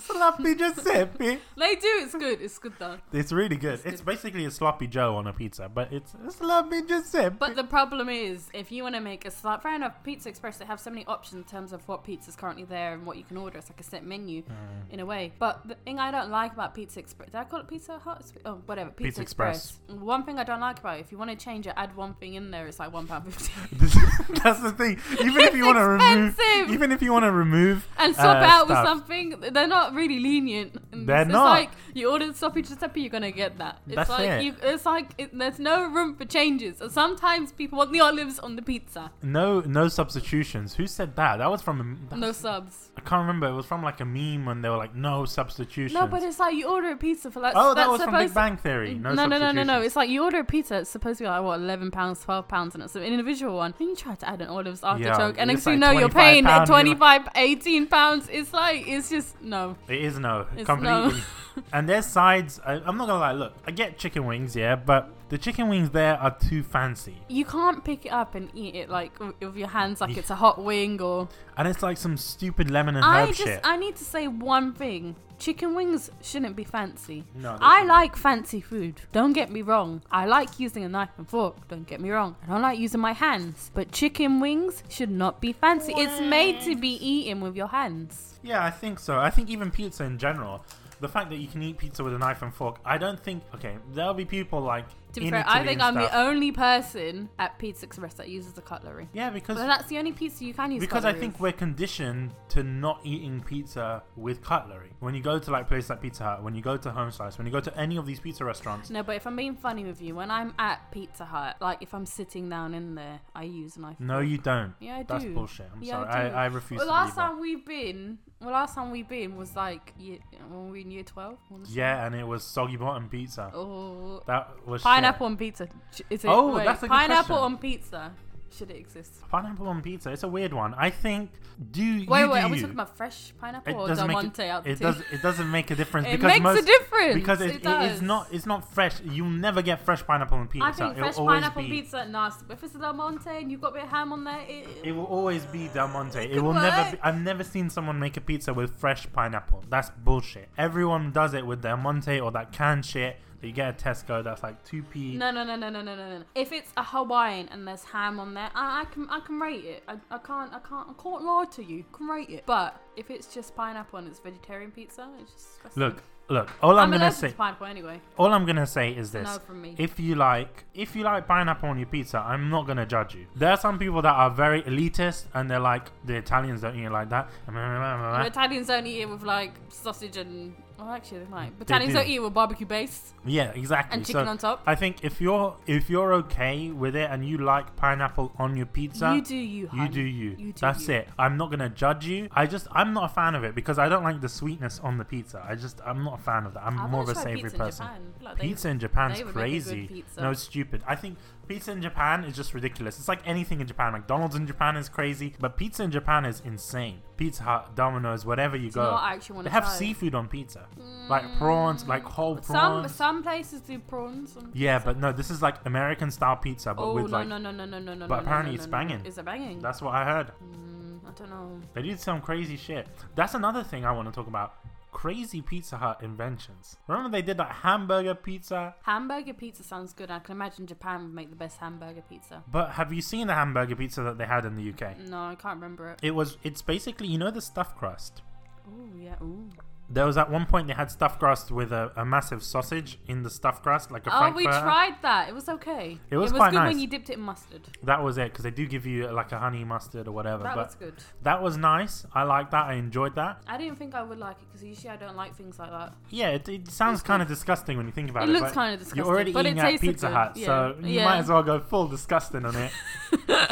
S1: sloppy giuseppe
S2: do. It's good. It's good though.
S1: It's really good. It's,
S2: good.
S1: basically a sloppy Joe on a pizza, but it's a sloppy Giuseppe.
S2: But the problem is, if you want to make a slap, fair enough. Pizza Express they have so many options in terms of what pizza's currently there and what you can order. It's like a set menu, in a way. But the thing I don't like about Pizza Express, did I call it Pizza Hut? It's- Oh, whatever. Pizza,
S1: Pizza
S2: Express. One thing I don't like about it, if you want to change it, add one thing in there. It's like one pound fifty.
S1: This- [laughs] that's the thing. [laughs] Even if
S2: It's
S1: you want to remove,
S2: expensive.
S1: even if you want to remove,
S2: and swap
S1: uh,
S2: it out
S1: stuff.
S2: with something. They're not really lenient. in
S1: They're
S2: this.
S1: not.
S2: It's like you ordered sloppy Giuseppe, you're gonna get that. It's
S1: That's
S2: like
S1: it.
S2: You, it's like it, there's no room for changes. And sometimes people want the olives on the pizza.
S1: no, no substitutions. Who said that? That was from. a- that-
S2: No subs.
S1: I can't remember. It was from like a meme when they were like, "No substitutions."
S2: No, but it's like you order a pizza for like
S1: oh, that
S2: that's
S1: was
S2: supposed
S1: from Big Bang Theory. No,
S2: no, no, no, no, no.
S1: substitutions.
S2: It's like you order a pizza. It's supposed to be like what eleven pounds, twelve pounds, and it's an individual one. Then you try to add an olives artichoke, and
S1: it's
S2: next thing you
S1: like
S2: know, you're
S1: 25
S2: paying
S1: pound, you're like-
S2: 25, 18 pounds. It's like it's just no.
S1: It is no
S2: It's [laughs]
S1: completely.
S2: no.
S1: and their sides, I, I'm not gonna lie. Look, I get chicken wings, yeah, but the chicken wings there are too fancy,
S2: You can't pick it up and eat it like w- with your hands, like it's a hot wing or.
S1: and it's like some stupid lemon and
S2: I
S1: herb
S2: just
S1: shit.
S2: I need to say one thing. Chicken wings shouldn't be fancy.
S1: No, they
S2: I
S1: shouldn't.
S2: like fancy food. Don't get me wrong. I like using a knife and fork. Don't get me wrong. I don't like using my hands. But chicken wings should not be fancy. It's made to be eaten with your hands.
S1: Yeah, I think so. I think even pizza in general, the fact that you can eat pizza with a knife and fork, I don't think. Okay, there'll be people like.
S2: To be
S1: in
S2: fair,
S1: Italy
S2: I think
S1: and
S2: I'm the
S1: stuff-
S2: only person at Pizza Express that uses the cutlery.
S1: Yeah,
S2: But
S1: because
S2: that's the only pizza you can use.
S1: because I
S2: cutlery
S1: think
S2: with.
S1: we're conditioned to not eating pizza with cutlery. When you go to like places like Pizza Hut, when you go to Home Slice, when you go to any of these pizza restaurants,
S2: No, but if I'm being funny with you, when I'm at Pizza Hut, like if I'm sitting down in there, I use a knife.
S1: no, you don't.
S2: Yeah, I do.
S1: That's bullshit. I'm
S2: Yeah, I
S1: sorry. I,
S2: do.
S1: I, refuse
S2: Well,
S1: to believe
S2: last time we've been, well, last time we've been was like year, when we were in year twelve.
S1: that. Yeah, and it was soggy bottom pizza.
S2: Oh,
S1: That was shit.
S2: pineapple on pizza. Sh- Is it?
S1: Oh,
S2: wait,
S1: that's a good
S2: pineapple
S1: question.
S2: on pizza. Should it exist?
S1: Pineapple on pizza. It's a weird one. I think. Do you
S2: Wait,
S1: do
S2: wait. Are we
S1: you.
S2: talking about fresh pineapple
S1: It
S2: or
S1: doesn't
S2: Del
S1: make
S2: Monte out the
S1: it
S2: tin?
S1: does it doesn't make a difference
S2: [laughs] It
S1: because
S2: makes
S1: most
S2: a difference
S1: because it, it
S2: does.
S1: is not it's not fresh. You'll never get fresh pineapple on pizza.
S2: I think
S1: It'll
S2: fresh
S1: always
S2: pineapple
S1: be,
S2: pizza nasty. But if it's a Del Monte and you've got a bit of ham on there, it,
S1: It will always be Del Monte. It
S2: could
S1: will never.
S2: work.
S1: Be, I've never seen someone make a pizza with fresh pineapple. That's bullshit. Everyone does it with Del Monte or that canned shit that you get at Tesco. That's like two p.
S2: No, no, no, no, no, no, no, no. If it's a Hawaiian and there's ham on there, I, I can, I can rate it. I, I can't, I can't, I can't lie to you. I can rate it. But if it's just pineapple and it's vegetarian pizza, it's just disgusting.
S1: Look, look. All I'm,
S2: I'm
S1: gonna
S2: allergic
S1: say.
S2: to pineapple anyway.
S1: all I'm gonna say is this.
S2: No, from me.
S1: If you like, if you like pineapple on your pizza, I'm not gonna judge you. There are some people that are very elitist, and they're like, the Italians don't eat it like that. [laughs]
S2: The Italians don't eat it with like sausage and well, actually they might. But
S1: They
S2: Italians
S1: do.
S2: don't eat it with barbecue base
S1: Yeah, exactly.
S2: and chicken
S1: so
S2: on top.
S1: I think if you're if you're okay with it and you like pineapple on your pizza,
S2: you do you, hun.
S1: you do you.
S2: You do
S1: That's
S2: you.
S1: it. I'm not gonna judge you. I just I'm not a fan of it because I don't like the sweetness on the pizza. I just I'm not a fan of that. I'm
S2: I've
S1: more of
S2: wanna
S1: a
S2: try
S1: savory
S2: pizza in
S1: person.
S2: Japan. I feel like they-
S1: Pizza in Japan's
S2: they would make a good
S1: crazy.
S2: pizza.
S1: No, it's stupid. I think pizza in Japan is just ridiculous. It's like anything in Japan. McDonald's in Japan is crazy, but pizza in Japan is insane. Pizza Hut, Domino's, whatever you
S2: Do you know
S1: go,
S2: what I actually want
S1: they
S2: to
S1: have
S2: try. Mm.
S1: seafood on pizza, like prawns, like whole
S2: Some
S1: prawns.
S2: some places do prawns. some
S1: yeah,
S2: places
S1: but no, this is like American style pizza, but
S2: Oh
S1: with
S2: no,
S1: like.
S2: no no no no no no!
S1: but
S2: no,
S1: apparently
S2: no,
S1: it's
S2: no,
S1: banging.
S2: No. Is it banging?
S1: That's what I heard.
S2: Mm, I don't know.
S1: They did some crazy shit. That's another thing I want to talk about. Crazy Pizza Hut inventions. Remember they did that hamburger pizza?
S2: Hamburger pizza sounds good. I can imagine Japan would make the best hamburger pizza.
S1: But have you seen the hamburger pizza that they had in the UK?
S2: No, I can't remember it.
S1: It was it's basically you know the stuffed crust.
S2: Oh yeah. Ooh.
S1: There was at one point they had stuffed crust with a, a massive sausage in the stuffed crust, like a
S2: Oh, we
S1: frankfurter.
S2: tried that. It was okay.
S1: It was quite
S2: good
S1: nice.
S2: when you dipped it in mustard.
S1: That was it because they do give you uh, like a honey mustard or whatever.
S2: That
S1: but
S2: was good.
S1: that was nice. I liked that. I enjoyed that.
S2: I didn't think I would like it because usually I don't like things like that.
S1: Yeah, it, it sounds kind of disgusting when you think about it.
S2: it looks
S1: but-
S2: kind of disgusting.
S1: You're already
S2: but
S1: eating
S2: it
S1: at
S2: tasted
S1: Pizza
S2: good.
S1: Hut,
S2: yeah.
S1: so you
S2: yeah.
S1: might as well go full disgusting on
S2: [laughs]
S1: it.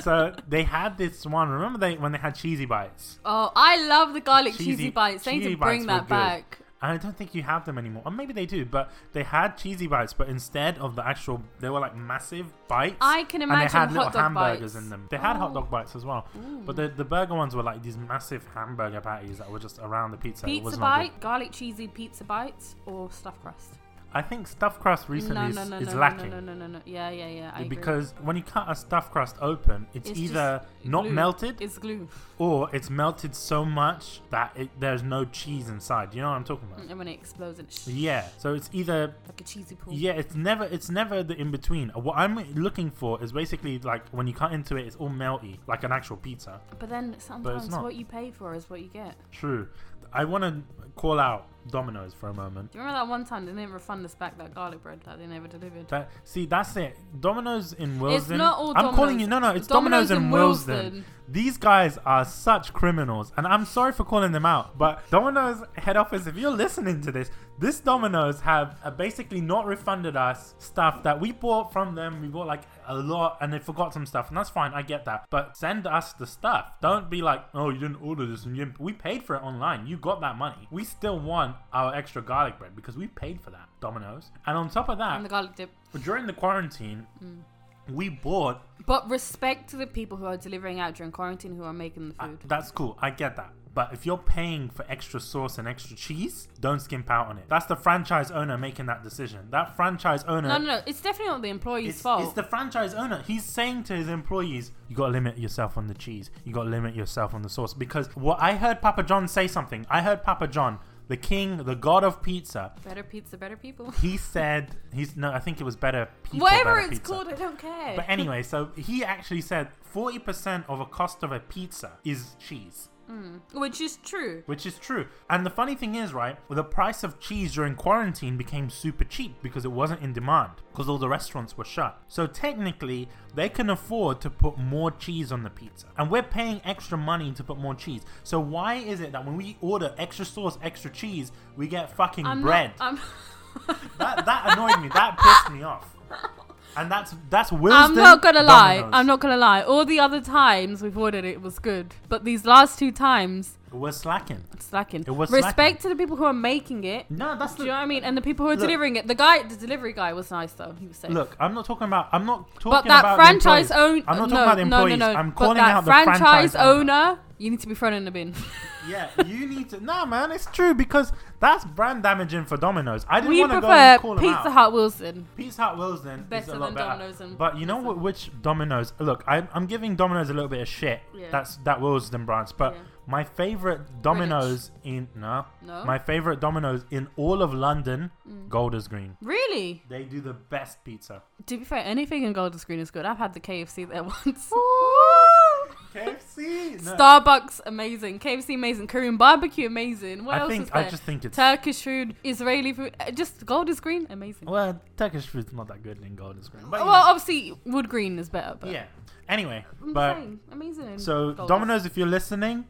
S1: so they had this one. Remember they when they had cheesy bites?
S2: Oh, I love the garlic cheesy,
S1: Cheesy-
S2: bites. They need
S1: cheesy
S2: to bring
S1: bites were good.
S2: that back.
S1: I don't think you have them anymore, or maybe they do. But they had cheesy bites, but instead of the actual, they were like massive bites.
S2: I can imagine
S1: and they had little
S2: hot dog
S1: hamburgers
S2: bites.
S1: in them. They had hot
S2: Oh.
S1: dog bites as well, but the, the burger ones were like these massive hamburger patties that were just around the pizza. it
S2: Pizza
S1: was not good.
S2: bite, garlic cheesy pizza bites, or stuffed crust.
S1: I think stuffed crust recently
S2: no,
S1: is,
S2: no, no,
S1: is
S2: no,
S1: lacking.
S2: No, no, no, no, no. Yeah, yeah, yeah. I agree.
S1: Because when you cut a stuffed crust open, it's,
S2: It's
S1: either
S2: just
S1: not
S2: glue.
S1: melted
S2: it's glue.
S1: or it's melted so much that it, there's no cheese inside. You know what I'm talking about?
S2: And when it explodes, and it's
S1: Yeah. So it's either
S2: like a cheesy pool.
S1: yeah, it's never it's never the in between. What I'm looking for is basically like when you cut into it, it's all melty, like an actual pizza.
S2: But then sometimes
S1: not.
S2: what you pay for is what you get.
S1: True. I want to call out Domino's for a moment.
S2: Do you remember that one time they didn't refund us back that garlic bread that they never delivered?
S1: That see, that's it. Domino's in Wilsden.
S2: not all
S1: I'm calling
S2: Domino's.
S1: you. No, no, it's Domino's,
S2: Domino's
S1: in
S2: in
S1: Wilsden.
S2: Wilsden.
S1: These guys are such criminals, and I'm sorry for calling them out. But Domino's head office, if you're listening to this, this Domino's have uh, basically not refunded us stuff that we bought from them. We bought like a lot, and they forgot some stuff, and that's fine. I get that. But send us the stuff. Don't be like, oh, you didn't order this, and you didn't- we paid for it online. You got that money. We still want our extra garlic bread because we paid for that, Domino's. And on top of that,
S2: And the garlic dip.
S1: during the quarantine, we bought.
S2: But respect to the people who are delivering out during quarantine who are making the
S1: [laughs] uh,
S2: food.
S1: that's cool. I get that. But if you're paying for extra sauce and extra cheese, don't skimp out on it. That's the franchise owner making that decision. That franchise owner.
S4: No, no, no. It's definitely not the employee's
S1: It's,
S4: fault.
S1: it's the franchise owner. He's saying to his employees, "You got to limit yourself on the cheese. You got to limit yourself on the sauce." Because what I heard Papa John say something. I heard Papa John, the king, the god of pizza.
S4: better pizza, better people.
S1: He said, "He's no. I think it was better people."
S2: [laughs]
S4: Whatever
S1: better
S4: it's
S1: pizza.
S4: called, I don't care.
S1: But anyway, so he actually said 40% of a cost of a pizza is cheese,
S4: Which is true.
S1: which is true. And the funny thing is, right, the price of cheese during quarantine became super cheap because it wasn't in demand because all the restaurants were shut. So technically, they can afford to put more cheese on the pizza. And we're paying extra money to put more cheese. So why is it that when we order extra sauce, extra cheese, we get fucking
S4: I'm
S1: bread?
S4: Not, I'm,
S1: that that annoyed me. That pissed me off. And that's that's Wilston.
S2: [laughs] I'm not gonna lie.
S1: Domino's.
S2: I'm not gonna lie. All the other times we've ordered it was good, but these last two times
S1: We're slacking.
S2: it's slacking.
S1: It was
S2: Respect
S1: slacking.
S2: to the people who are making it.
S1: No, that's
S2: Do
S1: the,
S2: you know what I mean? And the people who are
S1: Look.
S2: delivering it. The guy, the delivery guy, was nice though. He was safe.
S1: look. I'm not talking about. I'm not talking
S2: but that
S1: about the
S2: franchise
S1: employees.
S2: owner.
S1: I'm not
S2: no,
S1: talking about the employees.
S2: No, no, no.
S1: I'm
S2: But
S1: calling
S2: that
S1: out the
S2: franchise,
S1: franchise owner.
S2: owner. You need to be thrown in the
S1: [laughs]
S2: bin.
S1: Yeah, you need to. Nah, man, it's true because that's brand damaging for Domino's. I didn't
S2: we
S1: want to go and
S2: prefer
S1: call them
S2: Pizza
S1: out.
S2: Hut Wilson.
S1: Pizza Hut Wilson is
S4: Better
S1: a lot
S4: than
S1: better.
S4: Domino's and
S1: but you know
S4: Pizza
S1: what? Which Domino's? Look, I'm, I'm giving Domino's a little bit of shit.
S4: Yeah.
S1: That's that Wilsden branch. But
S4: Yeah.
S1: my favorite Domino's in no,
S4: No?
S1: my favorite Domino's in all of London,
S2: Mm.
S1: Golders Green.
S4: really?
S1: They do the best
S2: [laughs]
S1: pizza.
S2: To be fair, anything in Golden Screen is good. I've had the KFC there [laughs] once. [laughs]
S1: KFC. No.
S2: Starbucks amazing, KFC amazing, Korean barbecue amazing. What
S1: I
S2: else
S1: think
S2: is there?
S1: I just think it's
S2: Turkish food, Israeli food, uh, just gold is green, amazing. Well,
S1: well, Turkish food's not that good in Golden Spring. Oh, But you
S2: obviously wood green is better,
S1: know,
S2: but
S1: yeah. Anyway,
S2: oh, I'm
S1: but
S2: saying, amazing. in Mm-hmm.
S1: so
S2: Golders.
S1: Domino's, if you're listening,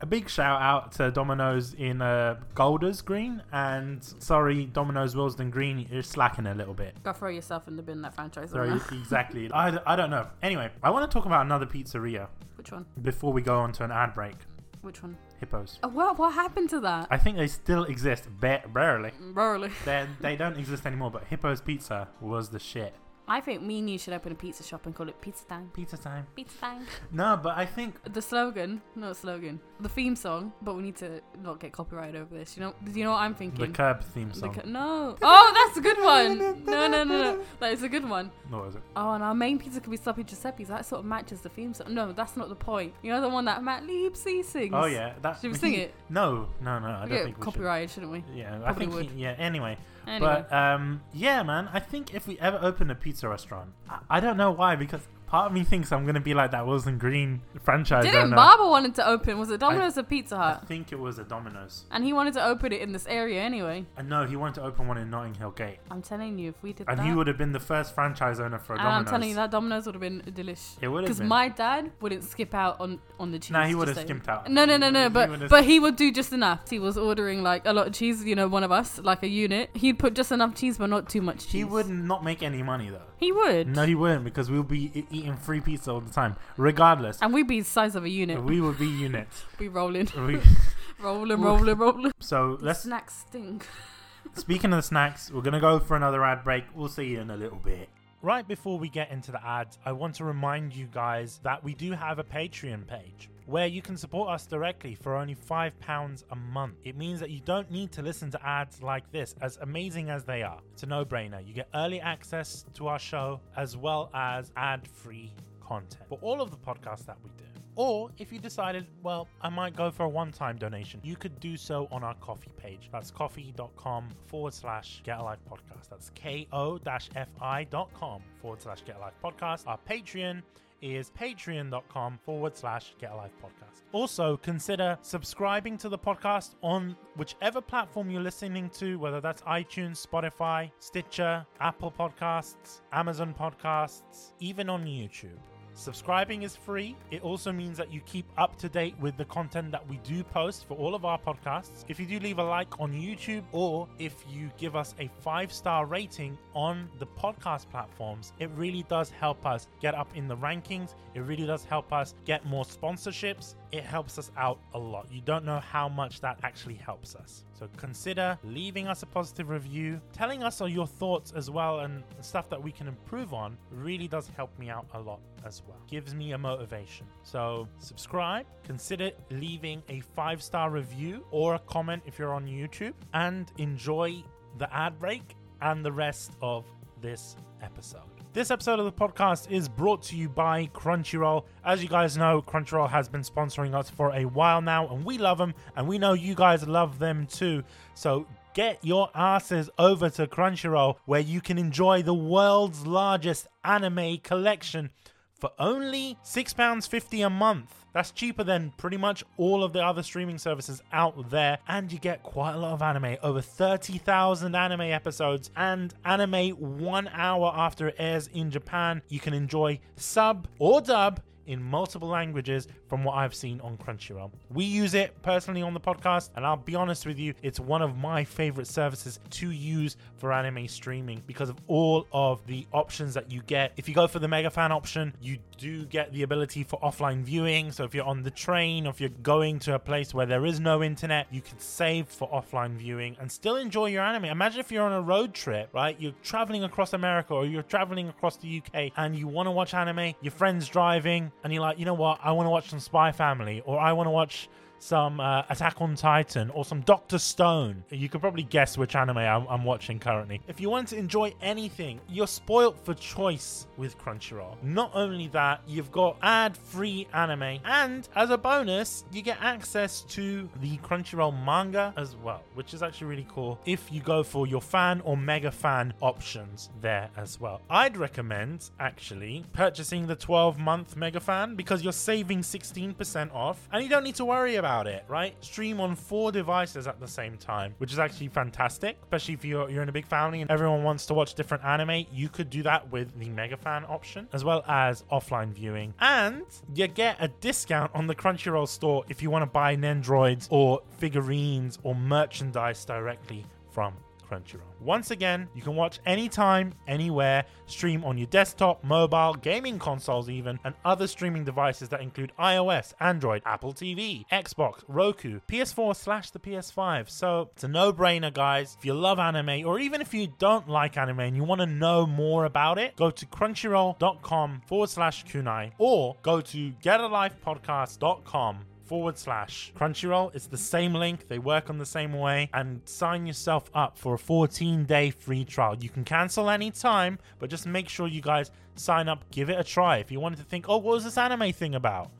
S1: a big shout out to Domino's in uh, Golders Green and sorry, Domino's Willesden Green, you're slacking a little bit.
S2: Go throw yourself in the bin. That franchise. [laughs]
S1: Sorry,
S2: owner.
S1: exactly. I, I don't know. Anyway, I want to talk about another pizzeria
S2: Which one?
S1: before we go on to an ad break.
S2: Which one?
S1: Hippos.
S2: Oh, what what happened to that?
S1: I think they still exist, ba- barely.
S2: Rarely.
S1: They're, they don't exist anymore, but Hippos Pizza was the shit.
S4: I think me and you should open a pizza shop and call it Pizza Time.
S1: Pizza time.
S4: Pizza Time.
S1: No, but I think
S2: The slogan, no slogan, the theme song, but we need to not get copyright over this. You know, do you know what I'm
S1: the
S2: thinking?
S1: Curb theme
S2: The
S1: song.
S2: cu- no. Oh, that's a good one. No, no, no, no. That is a good one.
S1: what was it?
S2: Oh, and our main pizza could be sloppy Giuseppe's. That sort of matches the theme song. No, that's not the point. You know the one that Matt Leibsey sings.
S1: Oh yeah, that's.
S2: Should we
S1: [laughs]
S2: sing it?
S1: No, no, no. I don't
S2: We get
S1: think we
S2: copyrighted, should. not we?
S1: should. Yeah, I
S2: Probably
S1: think. he-
S2: would.
S1: yeah. Anyway,
S2: Anyway,
S1: but um, yeah, man. I think if we ever open a pizza restaurant, I, I don't know why because part of me thinks I'm gonna be like that Wilson Green franchise
S2: didn't
S1: owner.
S2: Barber wanted to open? Was it Domino's or Pizza
S1: I
S2: Hut?
S1: think it was a Domino's.
S2: And he wanted to open it in this area anyway.
S1: And no, he wanted to open one in Notting Hill Gate,
S2: I'm telling you, if we did
S1: and
S2: that,
S1: he would have been the first franchise owner for a
S2: and I'm
S1: Domino's.
S2: telling you that Domino's would have been delish.
S1: It would have
S2: Because
S1: been.
S2: my dad wouldn't skip out on on the cheese.
S1: nah, he
S2: just
S1: would have
S2: so-
S1: skimped out.
S2: No, no, no,
S1: He
S2: no. But
S1: would've-
S2: but he would do just enough. He was ordering like a lot of cheese. You know, one of us, like a unit. He'd put just enough cheese, but not too much cheese.
S1: he would not make any money though.
S2: He would.
S1: No, he wouldn't because we'll be e- eating free pizza all the time, regardless.
S2: And we'd be the size of a unit.
S1: We would be units. [laughs]
S2: Be rolling,
S1: We-
S2: rolling, rolling, rolling.
S1: so let's.
S4: Snacks stink.
S1: Speaking of the snacks, we're gonna go for another ad break. We'll see you in a little bit. Right before we get into the ads, I want to remind you guys that we do have a Patreon page where you can support us directly for only £5 a month. It means that you don't need to listen to ads like this, as amazing as they are. It's a no brainer. You get early access to our show as well as ad free content for all of the podcasts that we do. Or if you decided, well, I might go for a one time donation, you could do so on our coffee page. That's coffee.com forward slash get alive podcast. That's ko fi.com forward slash get alive podcast. Our Patreon is patreon.com forward slash get alive podcast. Also, consider subscribing to the podcast on whichever platform you're listening to, whether that's iTunes, Spotify, Stitcher, Apple Podcasts, Amazon Podcasts, even on YouTube. Subscribing is free. It also means that you keep up to date with the content that we do post for all of our podcasts. If you do leave a like on YouTube or if you give us a five star rating on the podcast platforms, it really does help us get up in the rankings. It really does help us get more sponsorships It helps us out a lot. You don't know how much that actually helps us. So consider leaving us a positive review, telling us all your thoughts as well and stuff that we can improve on really does help me out a lot as well. Gives me a motivation. So subscribe, consider leaving a five-star review or a comment if you're on YouTube and enjoy the ad break and the rest of this episode. This episode of the podcast is brought to you by Crunchyroll. As you guys know, Crunchyroll has been sponsoring us for a while now, and we love them, and we know you guys love them too. So get your asses over to Crunchyroll, where you can enjoy the world's largest anime collection for only £6.50 a month. That's cheaper than pretty much all of the other streaming services out there, and you get quite a lot of anime over 30,000 anime episodes, and anime one hour after it airs in Japan. You can enjoy sub or dub in multiple languages from what I've seen on Crunchyroll. We use it personally on the podcast, and I'll be honest with you, it's one of my favorite services to use for anime streaming because of all of the options that you get. If you go for the mega fan option, you do get the ability for offline viewing. So if you're on the train or if you're going to a place where there is no internet, you can save for offline viewing and still enjoy your anime. Imagine if you're on a road trip, right? You're traveling across America or you're traveling across the UK and you want to watch anime, your friend's driving, and you're like, you know what, I want to watch some Spy Family, or I want to watch some uh, Attack on Titan, or some Doctor Stone. You could probably guess which anime I'm, I'm watching currently. If you want to enjoy anything, you're spoilt for choice with Crunchyroll. Not only that, you've got ad-free anime, and as a bonus, you get access to the Crunchyroll manga as well, which is actually really cool. If you go for your fan or mega fan options there as well, I'd recommend actually purchasing the 12-month mega fan because you're saving 16% off, and you don't need to worry about about it, right? Stream on four devices at the same time, which is actually fantastic, especially if you're, you're in a big family and everyone wants to watch different anime. You could do that with the Megafan option, as well as offline viewing. And you get a discount on the Crunchyroll store if you want to buy Nendroids or figurines or merchandise directly from Crunchyroll. Once again, you can watch anytime, anywhere, stream on your desktop, mobile, gaming consoles, even, and other streaming devices that include iOS, Android, Apple TV, Xbox, Roku, PS4 slash the PS5. So it's a no brainer, guys. If you love anime, or even if you don't like anime and you want to know more about it, go to crunchyroll.com forward slash kunai or go to getalifepodcast.com forward slash Crunchyroll. It's the same link, they work on the same way, and sign yourself up for a 14 day free trial. You can cancel anytime, but just make sure you guys sign up, give it a try. If you wanted to think, oh, what was this anime thing about?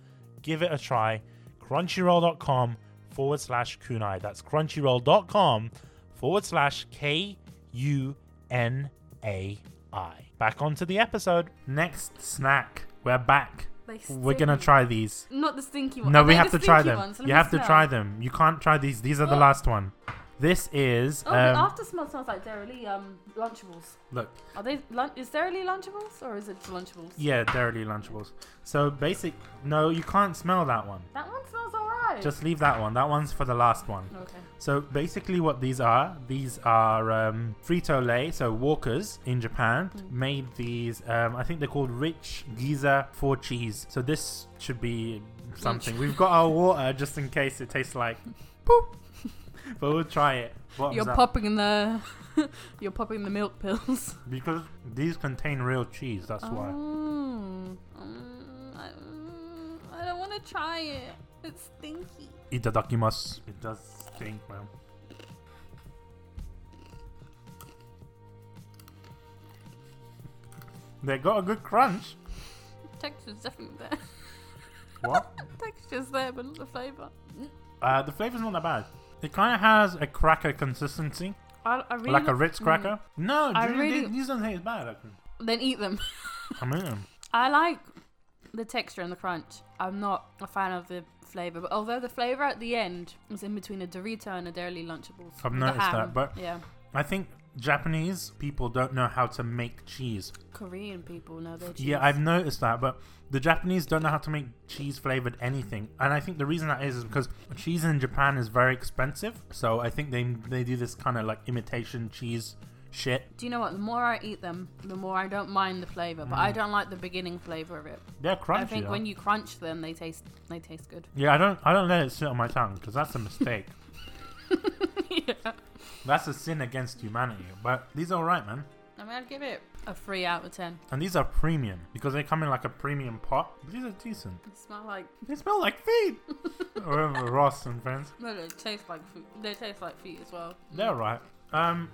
S1: Give it a try. Crunchyroll.com forward slash kunai. That's crunchyroll.com forward slash K U N A I. Back onto the episode. Next snack. We're back.
S2: They
S1: We're
S2: stink.
S1: gonna try these.
S2: Not the stinky one.
S1: No,
S2: Are
S1: we
S2: they
S1: have
S2: the
S1: to try
S2: stinky
S1: them.
S2: ones? Let
S1: you
S2: me
S1: have to
S2: smell.
S1: try them. You can't try these. These are the
S2: Oh.
S1: last one. This is.
S2: Oh,
S1: um,
S2: the after smell smells like Dairy Lee, um Lunchables.
S1: look,
S2: Are they? Lun- is Dairy Lee Lunchables or is it Lunchables?
S1: yeah, dairy lunchables. So basic. No, you can't smell that one.
S2: That one smells alright.
S1: Just leave that one. That one's for the last one.
S2: okay.
S1: So basically, what these are, these are um, Frito Lay, so Walkers in Japan made these. Um, I think they're called Rich Giza for cheese. So this should be something. We've got our water just in case it tastes like boop, but we'll try it. Bottoms
S3: You're
S1: up.
S3: popping the [laughs] you're popping the milk pills.
S1: Because these contain real cheese, [laughs] that's
S2: Oh.
S1: why.
S3: Mm. Mm, I,
S2: Um,
S3: mm, I don't want to try it. It's stinky.
S1: Itadakimasu. It does stink, man. They got a good crunch.
S3: Texture's definitely there.
S2: [laughs]
S1: What?
S3: Texture's there, but not the flavor.
S1: uh, the flavor's not that bad. It kind of has a cracker consistency,
S2: I, I really
S1: like a
S2: not- Hmm.
S1: Ritz cracker. No,
S2: I
S1: dude,
S2: really-
S1: these, these don't taste bad. I can-
S2: Then eat them. [laughs]
S1: I mean,
S2: I like the texture and the crunch. I'm not a fan of the flavor, but although the flavor at the end was in between a Dorito and a Dairy Lunchables.
S1: I've
S2: The
S1: noticed
S2: ham.
S1: that, but-
S2: yeah,
S1: I think Japanese people don't know how to make cheese.
S2: Korean people know their cheese.
S1: Yeah, I've noticed that, but the Japanese don't know how to make cheese flavored anything, and I think the reason that is is because cheese in Japan is very expensive. So I think they they do this kind of like imitation cheese shit.
S2: Do you know what? The more I eat them, the more I don't mind the flavor, but I don't like the beginning flavor of it.
S1: They're Mm. crunchy.
S2: I think
S1: though.
S2: when you crunch them, they taste they taste good.
S1: yeah, I don't I don't let it sit on my tongue because that's a mistake.
S2: yeah.
S1: that's a sin against humanity. But these are alright, man.
S2: I mean, I'd give it a three out of ten.
S1: And these are premium because they come in like a premium pot. These are decent.
S2: They smell like
S1: They smell like feet. or Ross and friends.
S2: no, they taste like food. They taste like feet as well.
S1: They're alright. Um,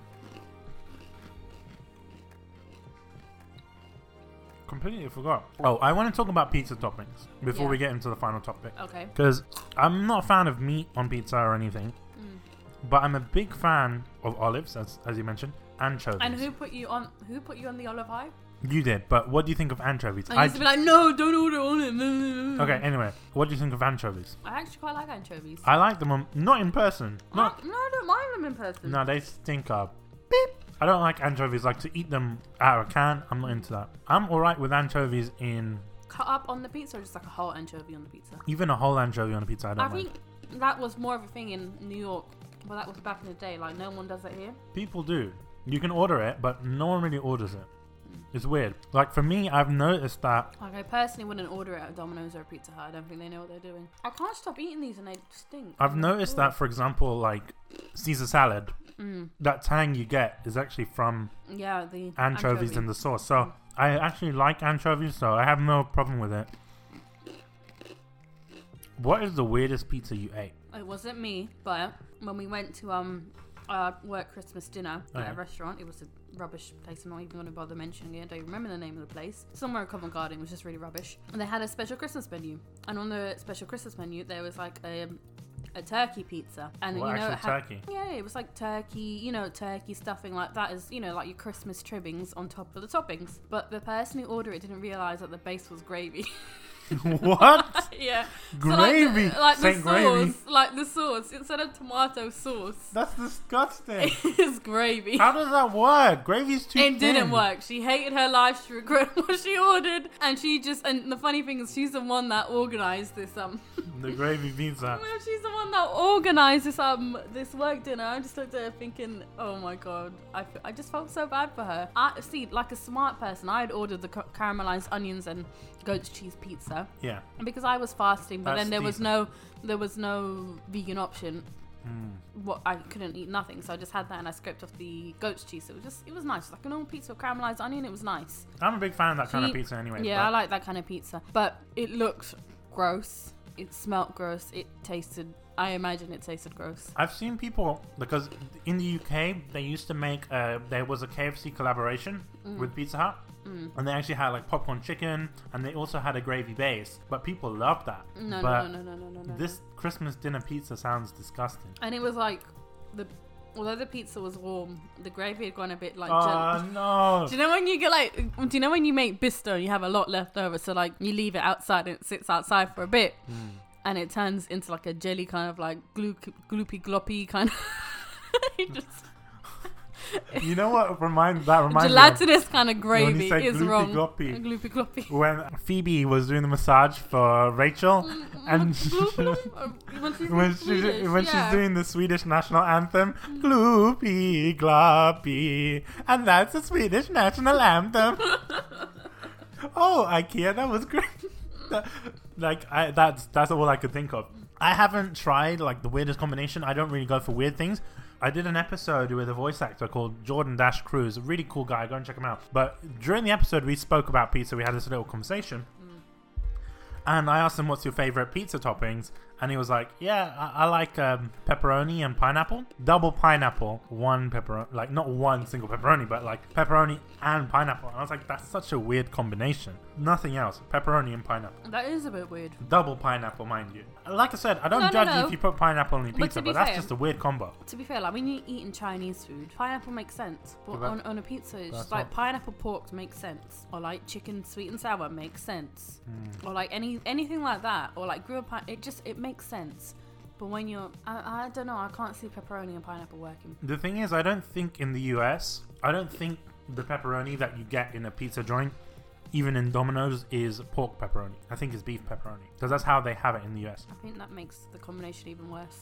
S1: completely forgot. Oh, I want to talk about pizza toppings before
S2: Yeah.
S1: we get into the final topic
S2: Okay.
S1: because I'm not a fan of meat on pizza or anything,
S2: Mm.
S1: but I'm a big fan of olives, as as you mentioned, anchovies.
S2: And who put you on? Who put you on the olive high?
S1: You did, but what do you think of anchovies?
S2: I used to be like, no, don't order on it. [laughs] no, no, no."
S1: okay, Uh, anyway, what do you think of anchovies?
S2: I actually quite like anchovies.
S1: I like them, on, not in person. Not
S2: I- no, I don't mind them in person.
S1: No, they stink up. Beep. I don't like anchovies. Like to eat them out of a can. I'm not into that. I'm all right with anchovies in
S2: Cut up on the pizza, or just like a whole anchovy on the pizza.
S1: even a whole anchovy on a pizza. I don't
S2: I
S1: mind.
S2: think that was more of a thing in New York, but that was back in the day. Like no one does it here.
S1: People do. You can order it, but no one really orders it. It's weird. Like for me, I've noticed that.
S2: Like I personally wouldn't order it at Domino's or Pizza Hut. I don't think they know what they're doing. I can't stop eating these and they stink.
S1: I've noticed that, for example, like Caesar salad,
S2: Mm.
S1: that tang you get is actually from
S2: Yeah, the
S1: anchovies
S2: anchovy. Mm.
S1: in the sauce. So I actually like anchovies, so I have no problem with it. What is the weirdest pizza you ate?
S2: It wasn't me, but when we went to um our work Christmas dinner at
S1: Okay.
S2: a restaurant, it was a rubbish place. I'm not even going to bother mentioning it. I don't even remember the name of the place. Somewhere in Covent Garden, it was just really rubbish. And they had a special Christmas menu, and on the special Christmas menu, there was like a a turkey pizza, and
S1: Well,
S2: you know it
S1: actually,
S2: had.
S1: turkey.
S2: Yeah, it was like turkey, you know, turkey stuffing like that is, you know, like your Christmas trimmings on top of the toppings. But the person who ordered it didn't realise that the base was gravy. [laughs]
S1: [laughs] what?
S2: yeah. [laughs] So, like, the-
S1: Gravy.
S2: like the
S1: Saint gravy.
S2: sauce, like the sauce, instead of
S1: [laughs]
S2: tomato sauce,
S1: That's
S2: [laughs]
S1: disgusting.
S2: it's gravy.
S1: How does that work? Gravy's too.
S2: It didn't
S1: thin.
S2: work. She hated her life. She regretted [laughs] what she ordered, and she just. And the funny thing is, she's the one that organised this. Um,
S1: The gravy
S2: [laughs]
S1: pizza.
S2: well, she's the one that organised this. Um, this work dinner. I just looked at her thinking, "Oh my god, I, f- I just felt so bad for her." I see, like a smart person, I had ordered the ca- caramelized onions and goat's cheese pizza
S1: Yeah.
S2: because I was fasting. But
S1: That's
S2: then there was
S1: decent.
S2: no, there was no vegan option,
S1: Mm.
S2: what I couldn't eat nothing, so I just had that and I scraped off the goat's cheese. So it was just it was nice, like a normal pizza with caramelized onion. It was nice.
S1: I'm a big fan of that kind of
S2: See,
S1: pizza anyway.
S2: yeah, I
S1: but
S2: like that kind of pizza, but it looked gross. It smelt gross. It tasted. I imagine it tasted gross.
S1: I've seen people because in the UK they used to make uh, there was a KFC collaboration
S2: Mm.
S1: with Pizza Hut, and they actually had like popcorn chicken, and they also had a gravy base. But people loved that.
S2: No,
S1: but
S2: no, no, no, no, no, no.
S1: This Christmas dinner pizza sounds disgusting.
S2: and it was like the although the pizza was warm, the gravy had gone a bit like.
S1: Oh
S2: gel-
S1: no!
S2: do you know when you get like? Do you know when you make bisto and you have a lot left over? So like you leave it outside and it sits outside for a bit,
S1: Mm.
S2: and it turns into like a jelly kind of like glue, gloopy gloppy kind of [laughs] It just-
S1: [laughs] You know what? Remind that reminds me. of-
S2: gelatinous kind
S1: when
S2: of
S1: you
S2: gravy
S1: say
S2: is
S1: gloopy
S2: wrong.
S1: gloppy.
S2: Gloopy gloppy.
S1: when Phoebe was doing the massage for Rachel, [laughs]
S2: [laughs]
S1: and
S2: uh, when she's,
S1: when, she, when she's doing the Swedish national anthem, gloopy gloppy, and that's the Swedish national anthem. oh, IKEA, that was great. That- like I, that's that's all I could think of. I haven't tried like the weirdest combination. I don't really go for weird things. I did an episode with a voice actor called Jordan Dash Cruz, a really cool guy. Go and check him out. But during the episode, we spoke about pizza. We had this little conversation, and I asked him, "What's your favorite pizza toppings?" And he was like, "Yeah, I, I like um, pepperoni and pineapple. Double pineapple, one pepperoni, like not one single pepperoni, but like pepperoni and pineapple." And I was like, "That's such a weird combination. Nothing else. Pepperoni and pineapple.
S2: That is a bit weird.
S1: Double pineapple, mind you. Like I said, I don't
S2: No, no,
S1: judge you
S2: no.
S1: if you put pineapple on your
S2: But
S1: pizza,
S2: to
S1: but,
S2: be
S1: that's
S2: fair-
S1: just a weird combo.
S2: To be fair, like when you're eating Chinese food, pineapple makes sense. But
S1: Yeah, but
S2: on, on a pizza, it's
S1: that's
S2: just like
S1: not-
S2: pineapple pork makes sense, or like chicken sweet and sour makes sense,
S1: Hmm.
S2: or like any anything like that, or like grilled pine. It just it makes sense. But when you're, I, I don't know, I can't see pepperoni and pineapple working.
S1: The thing is, I don't think in the US, I don't think the pepperoni that you get in a pizza joint, even in Domino's, is pork pepperoni. I think it's beef pepperoni because that's how they have it in the US.
S2: I think that makes the combination even worse.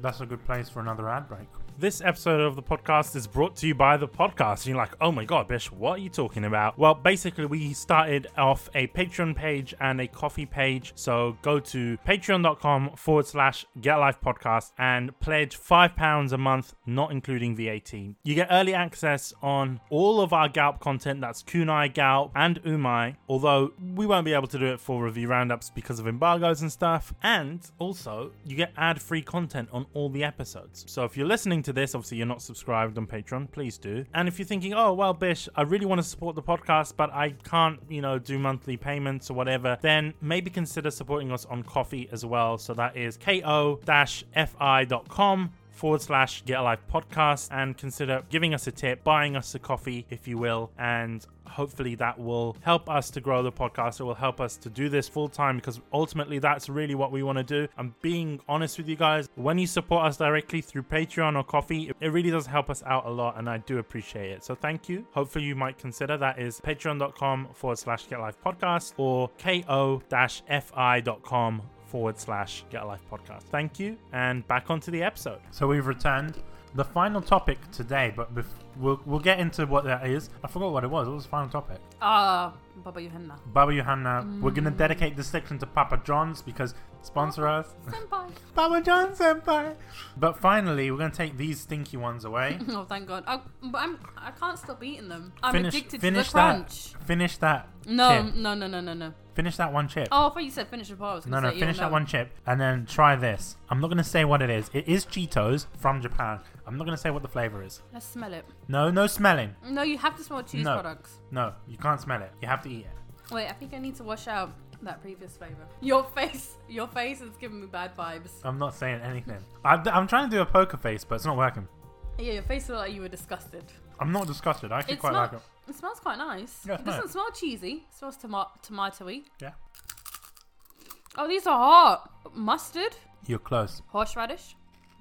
S1: That's a good place for another ad break.
S5: This episode of the podcast is brought to you by the podcast. And you're like, oh my God, Bish, what are you talking about? Well, basically, we started off a Patreon page and a coffee page. So go to patreon.com forward slash get life podcast and pledge £5 a month, not including VAT. You get early access on all of our Galp content that's Kunai, Galp, and Umai, although we won't be able to do it for review roundups because of embargoes and stuff. And also, you get ad free content on all the episodes. So if you're listening to this, obviously you're not subscribed on Patreon, please do. And if you're thinking, oh, well, Bish, I really want to support the podcast, but I can't, you know, do monthly payments or whatever, then maybe consider supporting us on coffee as well. So that is ko fi.com forward slash get alive podcast and consider giving us a tip buying us a coffee if you will and hopefully that will help us to grow the podcast it will help us to do this full time because ultimately that's really what we want to do i'm being honest with you guys when you support us directly through patreon or coffee it really does help us out a lot and i do appreciate it so thank you hopefully you might consider that is patreon.com forward slash get life podcast or ko-fi.com forward slash get a life podcast thank you and back onto the episode
S1: So we've returned. The final topic today, but bef- we'll, we'll get into what that is. I forgot what it was. What was the final topic?
S2: Ah, Baba Yohanna.
S1: Baba Johanna. We're going to dedicate this section to Papa John's because sponsor us.
S2: Senpai.
S1: Papa John Senpai. But finally, we're going to take these stinky ones away.
S2: [laughs] oh, thank God. I, but I'm, I can't stop eating them. I'm
S1: Finish-
S2: addicted
S1: finish
S2: to the
S1: that.
S2: crunch.
S1: Finish that.
S2: No,
S1: chip.
S2: no, no, no, no, no.
S1: Finish that one chip.
S2: Oh, I thought you said finish the pot. I was
S1: No,
S2: gonna
S1: no,
S2: say,
S1: finish
S2: yeah,
S1: that
S2: no.
S1: one chip and then try this. I'm not going to say what it is. It is Cheetos from Japan. I'm not going to say what the flavor is.
S2: Let's smell it.
S1: No, no smelling.
S2: No, you have to smell cheese
S1: No.
S2: products.
S1: No, you can't smell it. You have to eat it.
S2: Wait, I think I need to wash out that previous flavor. Your face, your face is giving me bad vibes.
S1: I'm not saying anything. I, am trying to do a poker face, but it's not working.
S2: Yeah, your face looked like you were disgusted.
S1: I'm not disgusted. I actually
S2: It's
S1: quite
S2: not-
S1: like it.
S2: It smells quite nice.
S1: Yeah, smell
S2: it
S1: it.
S2: doesn't smell cheesy. It smells tomato tomatoey.
S1: Yeah.
S2: Oh, these are hot. Mustard,
S1: You're close.
S2: horseradish,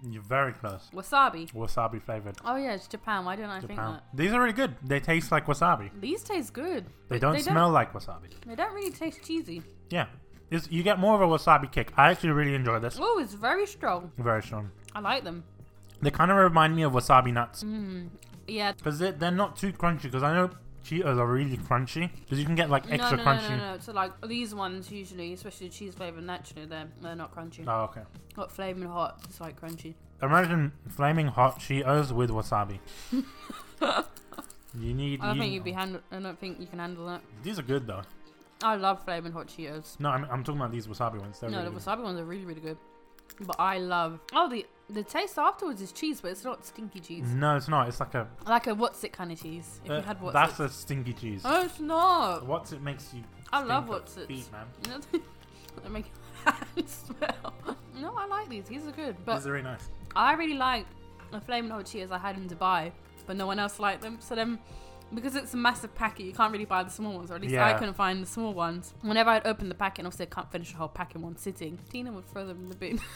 S1: You're very close.
S2: wasabi.
S1: Wasabi flavored.
S2: Oh yeah, it's Japan. Why didn't I think
S1: Japan.
S2: that?
S1: These are really good. They taste like wasabi.
S2: These taste good.
S1: They
S2: but
S1: don't smell like wasabi.
S2: They don't really taste cheesy.
S1: Yeah. It's, you get more of a wasabi kick. I actually really enjoy this.
S2: Oh, it's very strong.
S1: Very strong.
S2: I like them.
S1: They kind of remind me of wasabi nuts.
S2: Mm. Yeah.
S1: Because they're, they're not too crunchy. Because I know Cheetos are really crunchy. Because you can get like
S2: No,
S1: extra
S2: no, no,
S1: crunchy.
S2: no, no, no. So like these ones usually, especially the cheese flavor, naturally they're they're not crunchy.
S1: Oh, okay.
S2: Got flaming hot, it's like crunchy.
S1: Imagine flaming hot Cheetos with
S2: [laughs]
S1: wasabi. you need.
S2: I don't
S1: you-
S2: think you'd be handle. I don't think you can handle that.
S1: These are good though.
S2: I love flaming hot Cheetos.
S1: No, I'm, I'm talking about these wasabi ones. They're
S2: no,
S1: really
S2: the
S1: good.
S2: wasabi ones are really really good. But I love oh the the taste afterwards is cheese, but it's not stinky cheese.
S1: No, it's not. It's like a.
S2: Like a what's it kind of cheese. If
S1: Mm. uh,
S2: you had what's
S1: that's
S2: it.
S1: a stinky cheese.
S2: Oh, it's not.
S1: What's it makes you.
S2: I
S1: stink
S2: love
S1: of
S2: what's it.
S1: Feet, man.
S2: Let [laughs] me smell. No, I like these. These are good. But
S1: these are really nice.
S2: I really like the flaming hot Cheetos I had in Dubai, but no one else liked them. So then, because it's a massive packet, you can't really buy the small ones, or at least I
S1: Yeah.
S2: couldn't find the small ones. Whenever I'd open the packet, and obviously I can't finish the whole packet in one sitting, Tina would throw them in the bin. [laughs]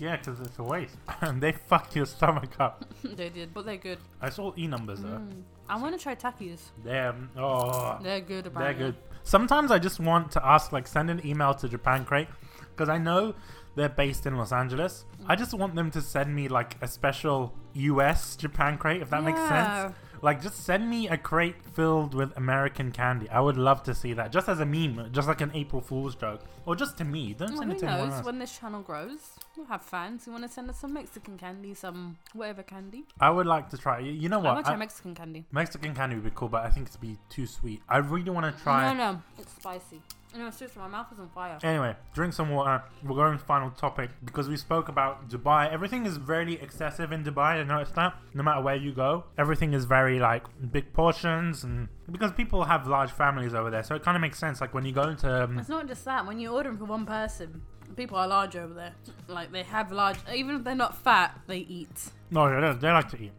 S1: Yeah, because it's a waste. [laughs] and they fuck your stomach up.
S2: they did, but they're good.
S1: It's all E numbers though.
S2: Mm. I want to try Takis.
S1: Damn. Oh.
S2: They're good.
S1: They're
S2: Apparently.
S1: good. Sometimes I just want to ask, like, send an email to Japan Crate because I know they're based in Los Angeles. I just want them to send me like a special US Japan Crate, if that makes sense. Like, just send me a crate filled with American candy. I would love to see that, just as a meme, just like an April Fool's joke, or just to me. Don't
S2: Well,
S1: send
S2: who
S1: it to anyone
S2: knows?
S1: else.
S2: When this channel grows, we'll have fans who want to send us some Mexican candy, some whatever candy.
S1: I would like to try. You know
S2: I want
S1: what?
S2: to try
S1: I-
S2: Mexican candy.
S1: Mexican candy would be cool, but I think it'd be too sweet. I really want to try.
S2: No, no, it's spicy. No, seriously, my mouth is on fire.
S1: Anyway, drink some water. We're going to final topic because we spoke about Dubai. Everything is very excessive in Dubai. I noticed that. No matter where you go, everything is very like big portions, and because people have large families over there, so it kind of makes sense. Like when you go into um,
S2: It's not just that. When you're ordering for one person, people are large over there. Like they have large, even if they're not fat, they eat.
S1: no, they- they like to eat.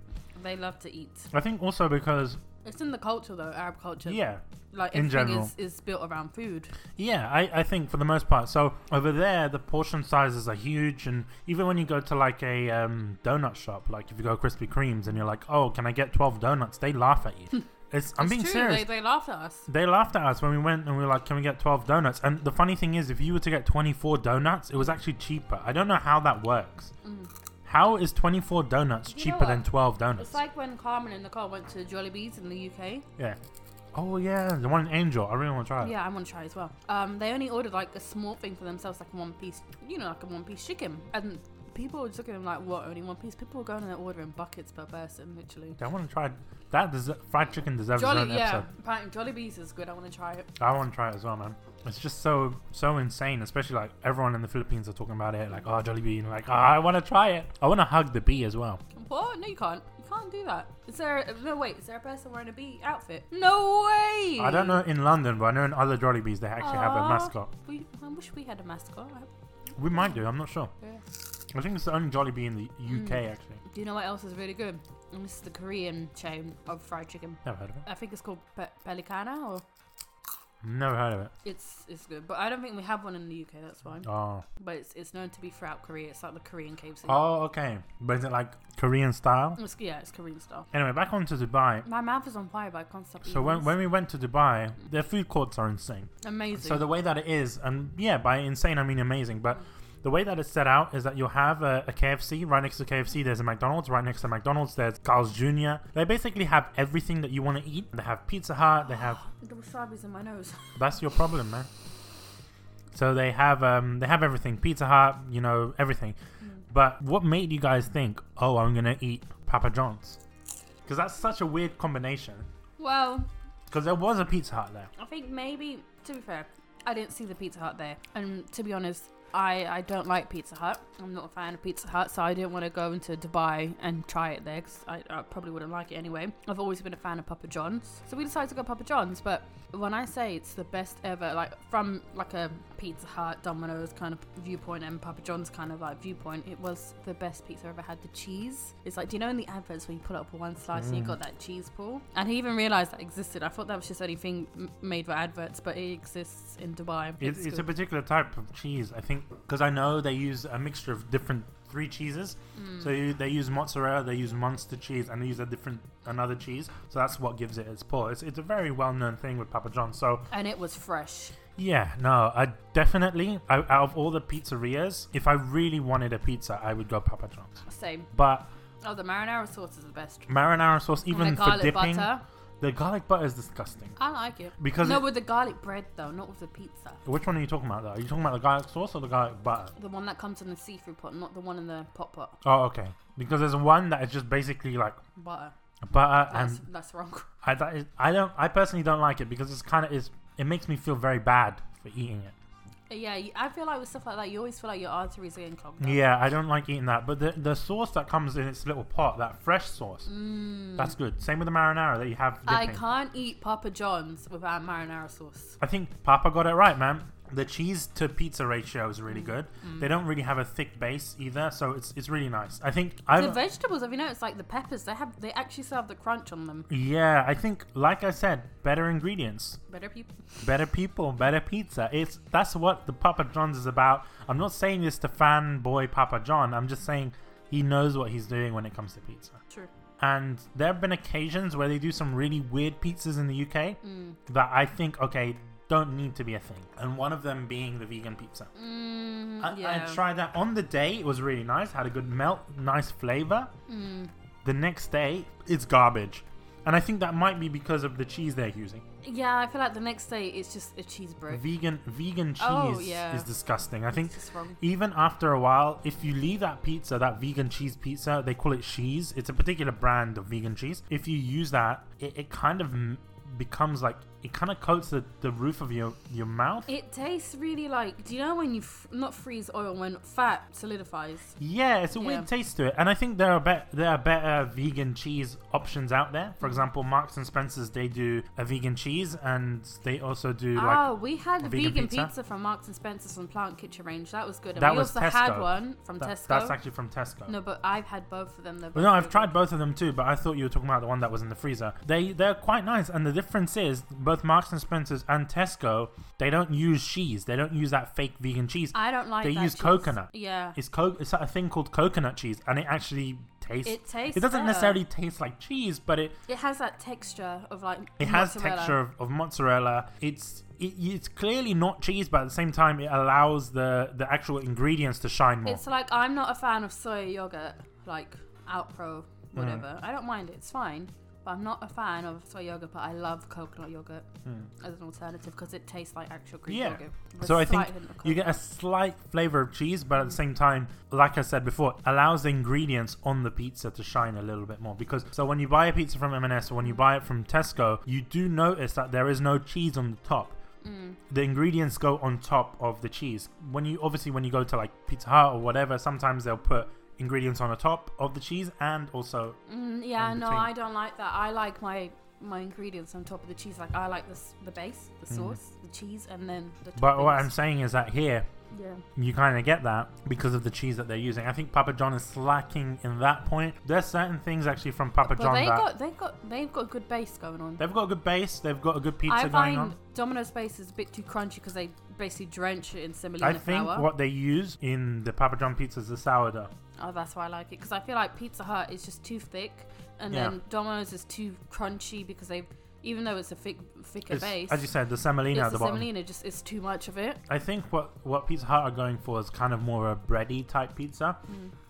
S2: They love to eat.
S1: I think also because
S2: It's in the culture though, Arab culture.
S1: yeah,
S2: like
S1: in
S2: everything
S1: general.
S2: is, is built around food.
S1: Yeah, I, I think for the most part. So over there, the portion sizes are huge, and even when you go to like a um, donut shop, like if you go Krispy Kremes and you're like, "Oh, can I get twelve donuts?" They laugh at you. It's, I'm
S2: Hmm. It's
S1: being
S2: true.
S1: serious.
S2: They, they laugh at us.
S1: They laughed at us when we went and we were like, "Can we get twelve donuts?" And the funny thing is, if you were to get twenty-four donuts, it was actually cheaper. I don't know how that works. How is 24 donuts
S2: Mm. You know
S1: cheaper
S2: what?
S1: than 12 donuts?
S2: It's like when Carmen and Nicole went to Jollibee's in the UK.
S1: yeah. Oh yeah, the one in Angel. I really want to try it.
S2: Yeah, I want to try as well. Um, they only ordered like a small thing for themselves, like a one piece, you know, like a one piece chicken. And people were just looking at them like, what, only one piece? People were going in there ordering buckets per person, literally.
S1: Yeah, I want to try it. that. Des- fried chicken deserves its
S2: Jolly,
S1: own
S2: yeah,
S1: episode.
S2: apparently Jollibee's is good. I want to try it.
S1: I want to try it as well, man. It's just so so insane, especially like everyone in the Philippines are talking about it. Like, oh, Jollibee, and like, oh, I want to try it. I want to hug the bee as well.
S2: What? No, you can't. You can't do that. Is there? No, wait. Is there a person wearing a bee outfit? No way.
S1: I don't know in London, but I know in other Jollibees they actually have a
S2: Aw.
S1: mascot.
S2: We, I wish we had a mascot. I-
S1: We might do. I'm not sure.
S2: yeah.
S1: I think it's the only Jollibee in the UK actually.
S2: Do you know what else is really good? And this is the Korean chain of fried chicken.
S1: Never heard of it.
S2: I think it's called Pe- Pelicana, or
S1: Never heard of it.
S2: it's it's good. But I don't think we have one in the UK. That's why.
S1: Oh.
S2: But it's it's known to be throughout Korea. It's like the Korean KFC.
S1: Oh, okay. But is it like Korean style?
S2: It's, yeah, it's Korean style.
S1: Anyway, back onto Dubai.
S2: My mouth is on fire, but I can't stop
S1: So
S2: eating
S1: when,
S2: this.
S1: when we went to Dubai, their food courts are insane.
S2: amazing.
S1: So the way that it is, and yeah, by insane I mean amazing, but the way that it's set out is that you'll have a, a KFC right next to KFC. There's a McDonald's right next to McDonald's. There's Carl's Jr. They basically have everything that you want to eat. They have Pizza Hut. They have
S2: the wasabi's in my nose. [laughs]
S1: that's your problem, man. So they have um they have everything Pizza Hut, you know everything. But what made you guys think? Oh, I'm gonna eat Papa John's because that's such a weird combination.
S2: Well,
S1: Because there was a Pizza Hut there.
S2: I think maybe to be fair, I didn't see the Pizza Hut there, and to be honest, I I don't like Pizza Hut. I'm not a fan of Pizza Hut, so I didn't want to go into Dubai and try it there because I, I probably wouldn't like it anyway. I've always been a fan of Papa John's, so we decided to go Papa John's. But when I say it's the best ever, like from like a Pizza Hut, Domino's kind of viewpoint and Papa John's kind of like viewpoint, it was the best pizza I ever had. The cheese is like, do you know in the adverts when you pull up one slice and you got that cheese pool? And he even realized that existed. I thought that was just anything m- made for adverts, but it exists in Dubai.
S1: It, it's a
S2: good.
S1: particular type of cheese, I think, because I know they use a mixture of different three cheeses. So you, they use mozzarella, they use monster cheese, and they use a different another cheese. So that's what gives it its pull. It's, it's a very well known thing with Papa John's. So
S2: and it was fresh.
S1: yeah, no, I definitely I, out of all the pizzerias, if I really wanted a pizza, I would go Papa John's.
S2: Same.
S1: But
S2: Oh, the marinara sauce is the best.
S1: marinara sauce,
S2: And
S1: even
S2: the
S1: for
S2: garlic
S1: dipping,
S2: butter.
S1: the garlic butter is disgusting.
S2: I like it.
S1: Because
S2: no,
S1: it-
S2: with the garlic bread though, not with the pizza.
S1: Which one are you talking about? Though? Are you talking about the garlic sauce or the garlic butter?
S2: The one that comes in the seafood pot, not the one in the pot pot.
S1: Oh, okay. Because there's one that is just basically like
S2: Butter.
S1: butter
S2: That's,
S1: and
S2: that's wrong. [laughs]
S1: I, that is, I don't. I personally don't like it because it's kind of is. It makes me feel very bad for eating it.
S2: Yeah, you- I feel like with stuff like that, you always feel like your arteries are getting clogged. Up.
S1: Yeah, I don't like eating that. But the the sauce that comes in its little pot, that fresh sauce, that's good. Same with the marinara that you have.
S2: Mm. I
S1: dipping.
S2: can't eat Papa John's without marinara sauce.
S1: I think Papa got it right, man. The cheese to pizza ratio is really good. They don't really have a thick base either, so it's it's really nice. I think
S2: the
S1: I've
S2: vegetables, have you noticed? Like the peppers, they have they actually still have the crunch on them.
S1: yeah, I think like I said, better ingredients.
S2: Better people.
S1: better people, better pizza. It's that's what the Papa John's is about. I'm not saying this to fanboy Papa John. I'm just saying he knows what he's doing when it comes to pizza.
S2: True.
S1: And there have been occasions where they do some really weird pizzas in the UK that I think okay don't need to be a thing. And one of them being the vegan pizza.
S2: Mm,
S1: I,
S2: yeah.
S1: I tried that on the day. It was really nice. Had a good melt, nice flavor.
S2: Mm.
S1: The next day, it's garbage. And I think that might be because of the cheese they're using.
S2: yeah, I feel like the next day it's just a cheese bread.
S1: Vegan vegan cheese
S2: Oh, yeah.
S1: is disgusting. I think
S2: It's just wrong.
S1: even after a while, if you leave that pizza, that vegan cheese pizza, they call it cheese. It's a particular brand of vegan cheese. If you use that, it, it kind of m- becomes like it kind of coats the, the roof of your your mouth.
S2: It tastes really like. Do you know when you f- not freeze oil when fat solidifies?
S1: yeah, it's a
S2: Yeah.
S1: weird taste to it, and I think there are be- there are better vegan cheese options out there. For example, Marks and Spencers they do a vegan cheese, and they also do like
S2: oh, we had
S1: a
S2: the
S1: vegan
S2: vegan,
S1: pizza?
S2: pizza? from Marks and Spencer's from Plant Kitchen Range. That was good. And
S1: That
S2: we
S1: was
S2: also had
S1: Tesco.
S2: one from
S1: that-
S2: Tesco.
S1: that's actually from Tesco.
S2: no, but I've had both of them. They're
S1: Well,
S2: both
S1: no, I've
S2: really
S1: tried both of them too, but I thought you were talking about the one that was in the freezer. They they're quite nice, and the difference is both Marks and Spencers and Tesco they don't use cheese. They don't use that fake vegan cheese.
S2: I don't like.
S1: They
S2: that
S1: use
S2: cheese.
S1: coconut.
S2: Yeah.
S1: It's co- it's a thing called coconut cheese, and it actually tastes.
S2: It tastes
S1: It doesn't
S2: better.
S1: necessarily taste like cheese, but it
S2: It has that texture of like.
S1: it has
S2: mozzarella.
S1: texture of, of mozzarella. It's it, it's clearly not cheese, but at the same time, it allows the the actual ingredients to shine more.
S2: It's like I'm not a fan of soy yogurt, like
S1: Mm.
S2: Outpro, whatever. I don't mind it, it's fine. But I'm not a fan of soy yogurt, but I love coconut yogurt as an alternative because it tastes like actual Greek
S1: Mm. Yeah.
S2: yogurt. with
S1: so I think
S2: slight hint of
S1: you get a
S2: coconut.
S1: slight flavor of cheese, but at the same time, like I said before, allows the ingredients on the pizza to shine a little bit more. Because so when you buy a pizza from M&S or when you buy it from Tesco, you do notice that there is no cheese on the top.
S2: Mm.
S1: The ingredients go on top of the cheese. When you obviously when you go to like Pizza Hut or whatever, sometimes they'll put ingredients on the top of the cheese and also
S2: Mm, yeah,
S1: in
S2: no,
S1: between.
S2: I don't like that. I like my my ingredients on top of the cheese. Like I like the s- the base, the sauce, the cheese, and then the.
S1: Mm. but what
S2: toppings.
S1: I'm saying is that here
S2: yeah.
S1: you kind of get that because of the cheese that they're using. I think Papa John is slacking in that point. There's certain things actually from Papa
S2: But
S1: John
S2: they
S1: that
S2: got they got they've got a good base going on.
S1: they've got a good base, they've got a good pizza
S2: I
S1: going
S2: find
S1: on.
S2: Domino's base is a bit too crunchy because they basically drench it in semolina
S1: I think
S2: flour.
S1: what they use in the Papa John pizza is the sourdough.
S2: Oh, that's why I like it because I feel like Pizza Hut is just too thick, and
S1: Yeah.
S2: then Domino's is too crunchy because they, even though it's a thick thicker
S1: It's-
S2: base,
S1: as you said, the semolina
S2: it's
S1: at the
S2: the
S1: bottom.
S2: semolina just it's too much of it.
S1: I think what, what Pizza Hut are going for is kind of more a bready type pizza,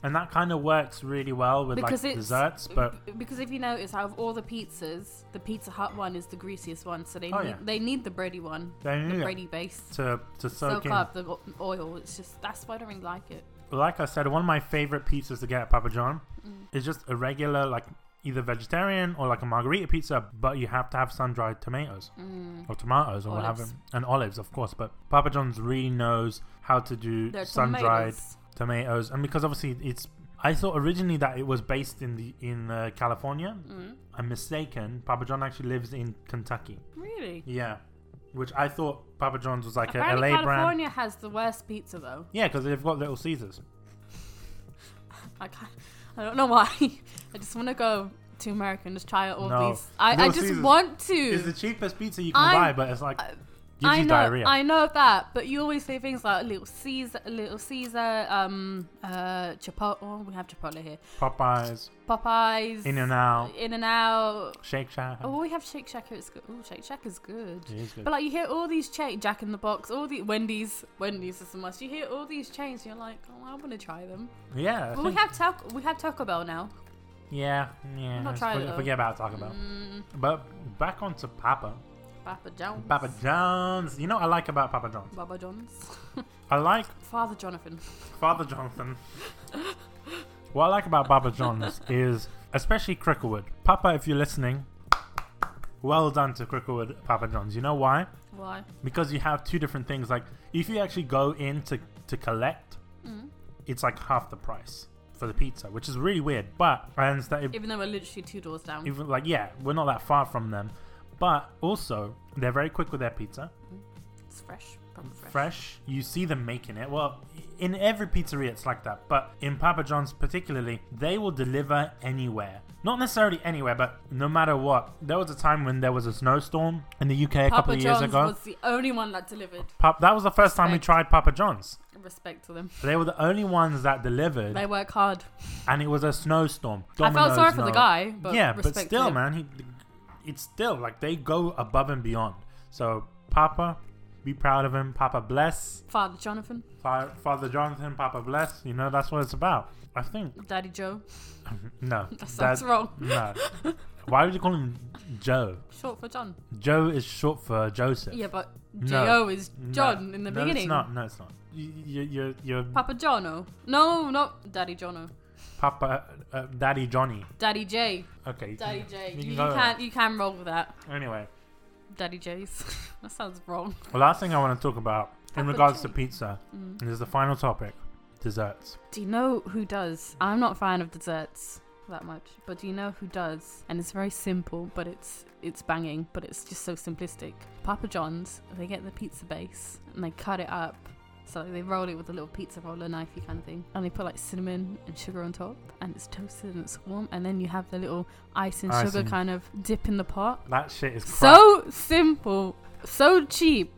S1: and that kind of works really well with
S2: Mm. Because
S1: like
S2: it's-
S1: desserts. But
S2: B- because if you notice, out of all the pizzas, the Pizza Hut one is the greasiest one, so they
S1: Oh,
S2: need,
S1: yeah.
S2: they need the bready one,
S1: they
S2: the
S1: need it
S2: bready base.
S1: to to soak,
S2: Soak
S1: in.
S2: up the o- oil. It's just that's why I don't really like it.
S1: like I said, one of my favorite pizzas to get at Papa John is just a regular, like either vegetarian or like a margarita pizza, but you have to have sun dried tomatoes
S2: Mm.
S1: or tomatoes or what have
S2: Olives.
S1: you. and olives, of course. But Papa John's really knows how to do
S2: They're
S1: sun dried
S2: tomatoes.
S1: tomatoes, and because obviously it's. I thought originally that it was based in the in uh, California.
S2: Mm.
S1: I'm mistaken. Papa John actually lives in Kentucky.
S2: Really?
S1: Yeah, which I thought Papa John's was like a
S2: Apparently,
S1: LA brand.
S2: California has the worst pizza though.
S1: Yeah, because they've got Little Caesars.
S2: I can't, I don't know why. [laughs] I just want to go to America and just try out all
S1: No.
S2: these. I, I
S1: Little
S2: just
S1: Caesars
S2: want
S1: It's the
S2: to.
S1: cheapest pizza you can
S2: I'm-
S1: buy, but it's like
S2: I-
S1: gives
S2: I
S1: you
S2: know,
S1: diarrhea.
S2: I know that, but you always say things like Little Caesar, Little Caesar, um, uh, Chipotle. Oh, we have Chipotle here.
S1: Popeyes,
S2: Popeyes,
S1: In and Out,
S2: In and Out.
S1: Shake Shack.
S2: Oh, we have Shake Shack here. It's good. Oh, Shake Shack is good.
S1: It is good.
S2: But like you hear all these chains, Jack in the Box, all the Wendy's, Wendy's is a must. You hear all these chains, and you're like, oh, I want to try them.
S1: yeah, I
S2: Well, we
S1: think-
S2: have Taco, we have Taco Bell now.
S1: yeah, yeah.
S2: I'm not
S1: let's
S2: trying
S1: forget,
S2: though.
S1: forget about Taco Bell.
S2: Mm,
S1: But back onto Papa.
S2: Papa John's.
S1: Papa John's. You know what I like about Papa John's?
S2: Baba John's.
S1: I like
S2: Father Jonathan.
S1: Father
S2: [laughs]
S1: Johnson. what I like about Papa John's is, especially Cricklewood. Papa, if you're listening, well done to Cricklewood Papa John's. You know why?
S2: Why?
S1: because you have two different things. Like if you actually go in to to collect,
S2: Mm.
S1: it's like half the price for the pizza, which is really weird. But I understand. If,
S2: Even though we're literally two doors down.
S1: even like yeah, we're not that far from them, but also they're very quick with their pizza.
S2: It's fresh. Proper fresh.
S1: Fresh. You see them making it. Well, in every pizzeria it's like that, but in Papa John's particularly, they will deliver anywhere. Not necessarily anywhere, but no matter what. There was a time when there was a snowstorm in the UK a couple
S2: Papa
S1: of
S2: John's
S1: years ago.
S2: was the only one that delivered.
S1: Pap- that was the first time we
S2: Respect.
S1: tried Papa John's.
S2: Respect to them.
S1: They were the only ones that delivered,
S2: They work hard.
S1: and it was a snowstorm.
S2: I felt sorry
S1: Domino's,
S2: for the
S1: no.
S2: guy, but
S1: yeah,
S2: respect
S1: but still,
S2: to them.
S1: man, he, it's still like they go above and beyond. So Papa, be proud of him. Papa bless.
S2: Father Jonathan,
S1: Fa- Father Jonathan, Papa bless. You know that's what it's about. I think [laughs]
S2: Daddy Joe. [laughs]
S1: no,
S2: That sounds
S1: That-
S2: wrong.
S1: No, why would you call him Joe?
S2: Short for John.
S1: Joe is short for Joseph.
S2: Yeah, but
S1: No.
S2: Jo is
S1: No.
S2: John in the
S1: no,
S2: beginning.
S1: it's not. No, it's not. You, you, you're, you're
S2: Papa Jono. No, not Daddy Jono.
S1: Papa, uh, Daddy Johnny.
S2: Daddy J.
S1: Okay. you
S2: Daddy
S1: can-
S2: J.
S1: you
S2: You,
S1: can
S2: you
S1: go there.
S2: can't. You can roll with that.
S1: Anyway,
S2: Daddy J's. [laughs] that sounds wrong.
S1: The last thing I want to talk about in
S2: Papa
S1: regards to
S2: John's.
S1: pizza,
S2: Mm.
S1: and this is the final topic desserts.
S2: Do you know who does? I'm not a fan of desserts that much, but do you know who does? And it's very simple, but it's it's banging, but it's just so simplistic. Papa John's, they get the pizza base and they cut it up. So they roll it with a little pizza roller knifey kind of thing. And they put like cinnamon and sugar on top and it's toasted and it's warm and then you have the little ice and sugar
S1: Icing.
S2: kind of dip in the pot.
S1: That shit is crap.
S2: So simple, so cheap,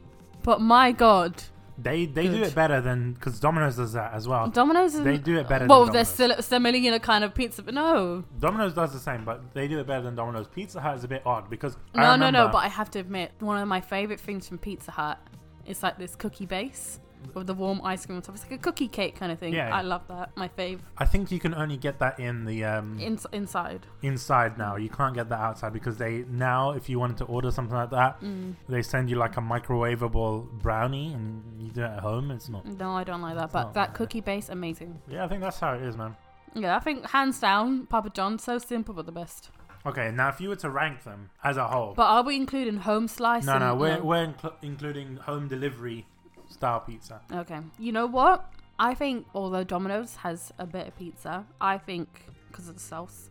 S2: but my god,
S1: They they do
S3: Good.
S1: it better than because Domino's does that as well.
S2: Domino's is
S1: They do it better.
S2: well,
S1: than
S2: they're
S1: Domino's.
S2: sil- semolina kind of pizza, but no,
S1: Domino's does the same, but they do it better than Domino's. Pizza Hut is a bit odd because I
S2: no, no, no.
S1: remember-
S2: But I have to admit, one of my favorite things from Pizza Hut is like this cookie base with the warm ice cream on top. It's like a cookie cake kind of thing.
S1: Yeah, yeah.
S2: I love that. My fave
S1: I think you can only get that in the um,
S2: in- inside.
S1: inside now. You can't get that outside because they now, if you wanted to order something like that,
S2: Mm.
S1: they send you like a microwavable brownie, and you do it at home. It's not.
S2: No, I don't like that.
S1: It's
S2: But
S1: not
S2: that
S1: like it.
S2: cookie base, amazing.
S1: Yeah, I think that's how it is, man.
S2: Yeah, I think hands down, Papa John's so simple but the best.
S1: Okay, now if you were to rank them as a whole,
S2: But are we including home slice?
S1: Oh. no,
S2: and-
S1: no, we're we're inclu- including home delivery style pizza.
S2: Okay. You know what? I think although Domino's has a better pizza, I think because of the sauce,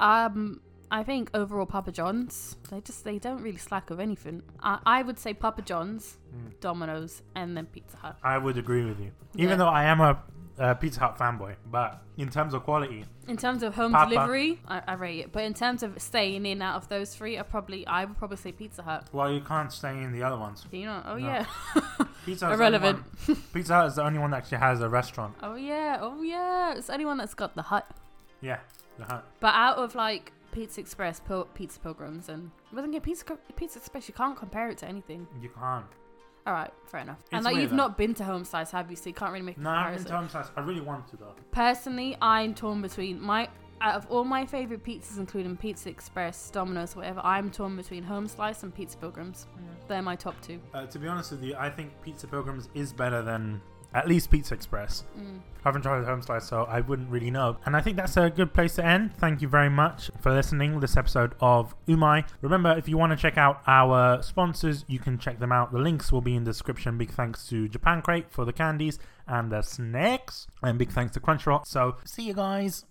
S2: um, I think overall Papa John's they just they don't really slack of anything. I, I would say Papa John's,
S1: Mm.
S2: Domino's, and then Pizza Hut.
S1: I would agree with you, even
S2: Yeah.
S1: though I am a, uh Pizza Hut fanboy. But in terms of quality,
S2: In terms of home
S1: Papa.
S2: delivery, I, I rate it. But in terms of staying in out of those three, I probably I would probably say Pizza Hut.
S1: well, you can't stay in the other ones.
S2: Do you know? Oh
S1: No.
S2: yeah.
S1: Pizza Hut's the only
S2: Irrelevant.
S1: one- Pizza Hut is the only one that actually has a restaurant.
S2: Oh yeah. Oh yeah. It's anyone that's got the hut.
S1: Yeah, the Hut.
S2: But out of like Pizza Express, Pil- Pizza Pilgrims, and but then again, Pizza Co- Pizza Express, you can't compare it to anything.
S1: You can't.
S2: All right, fair enough.
S1: It's
S2: and like
S1: weird,
S2: you've
S1: though.
S2: not been to Home Slice, have you? So you can't really make a
S1: No, I haven't
S2: comparison.
S1: done slice. I really want to though.
S2: Personally, I'm torn between my out of all my favorite pizzas, including Pizza Express, Domino's, whatever. I'm torn between Home Slice and Pizza Pilgrims.
S1: Mm.
S2: They're my top two.
S1: Uh, to be honest with you, I think Pizza Pilgrims is better than at least Pizza Express.
S2: Mm.
S1: I haven't tried Home Slice, so I wouldn't really know. And I think that's a good place to end. Thank you very much for listening to this episode of Umai. Remember, if you want to check out our sponsors, you can check them out. The links will be in the description. Big thanks to Japan Crate for the candies and the snacks, and big thanks to Crunchyroll. So see you guys.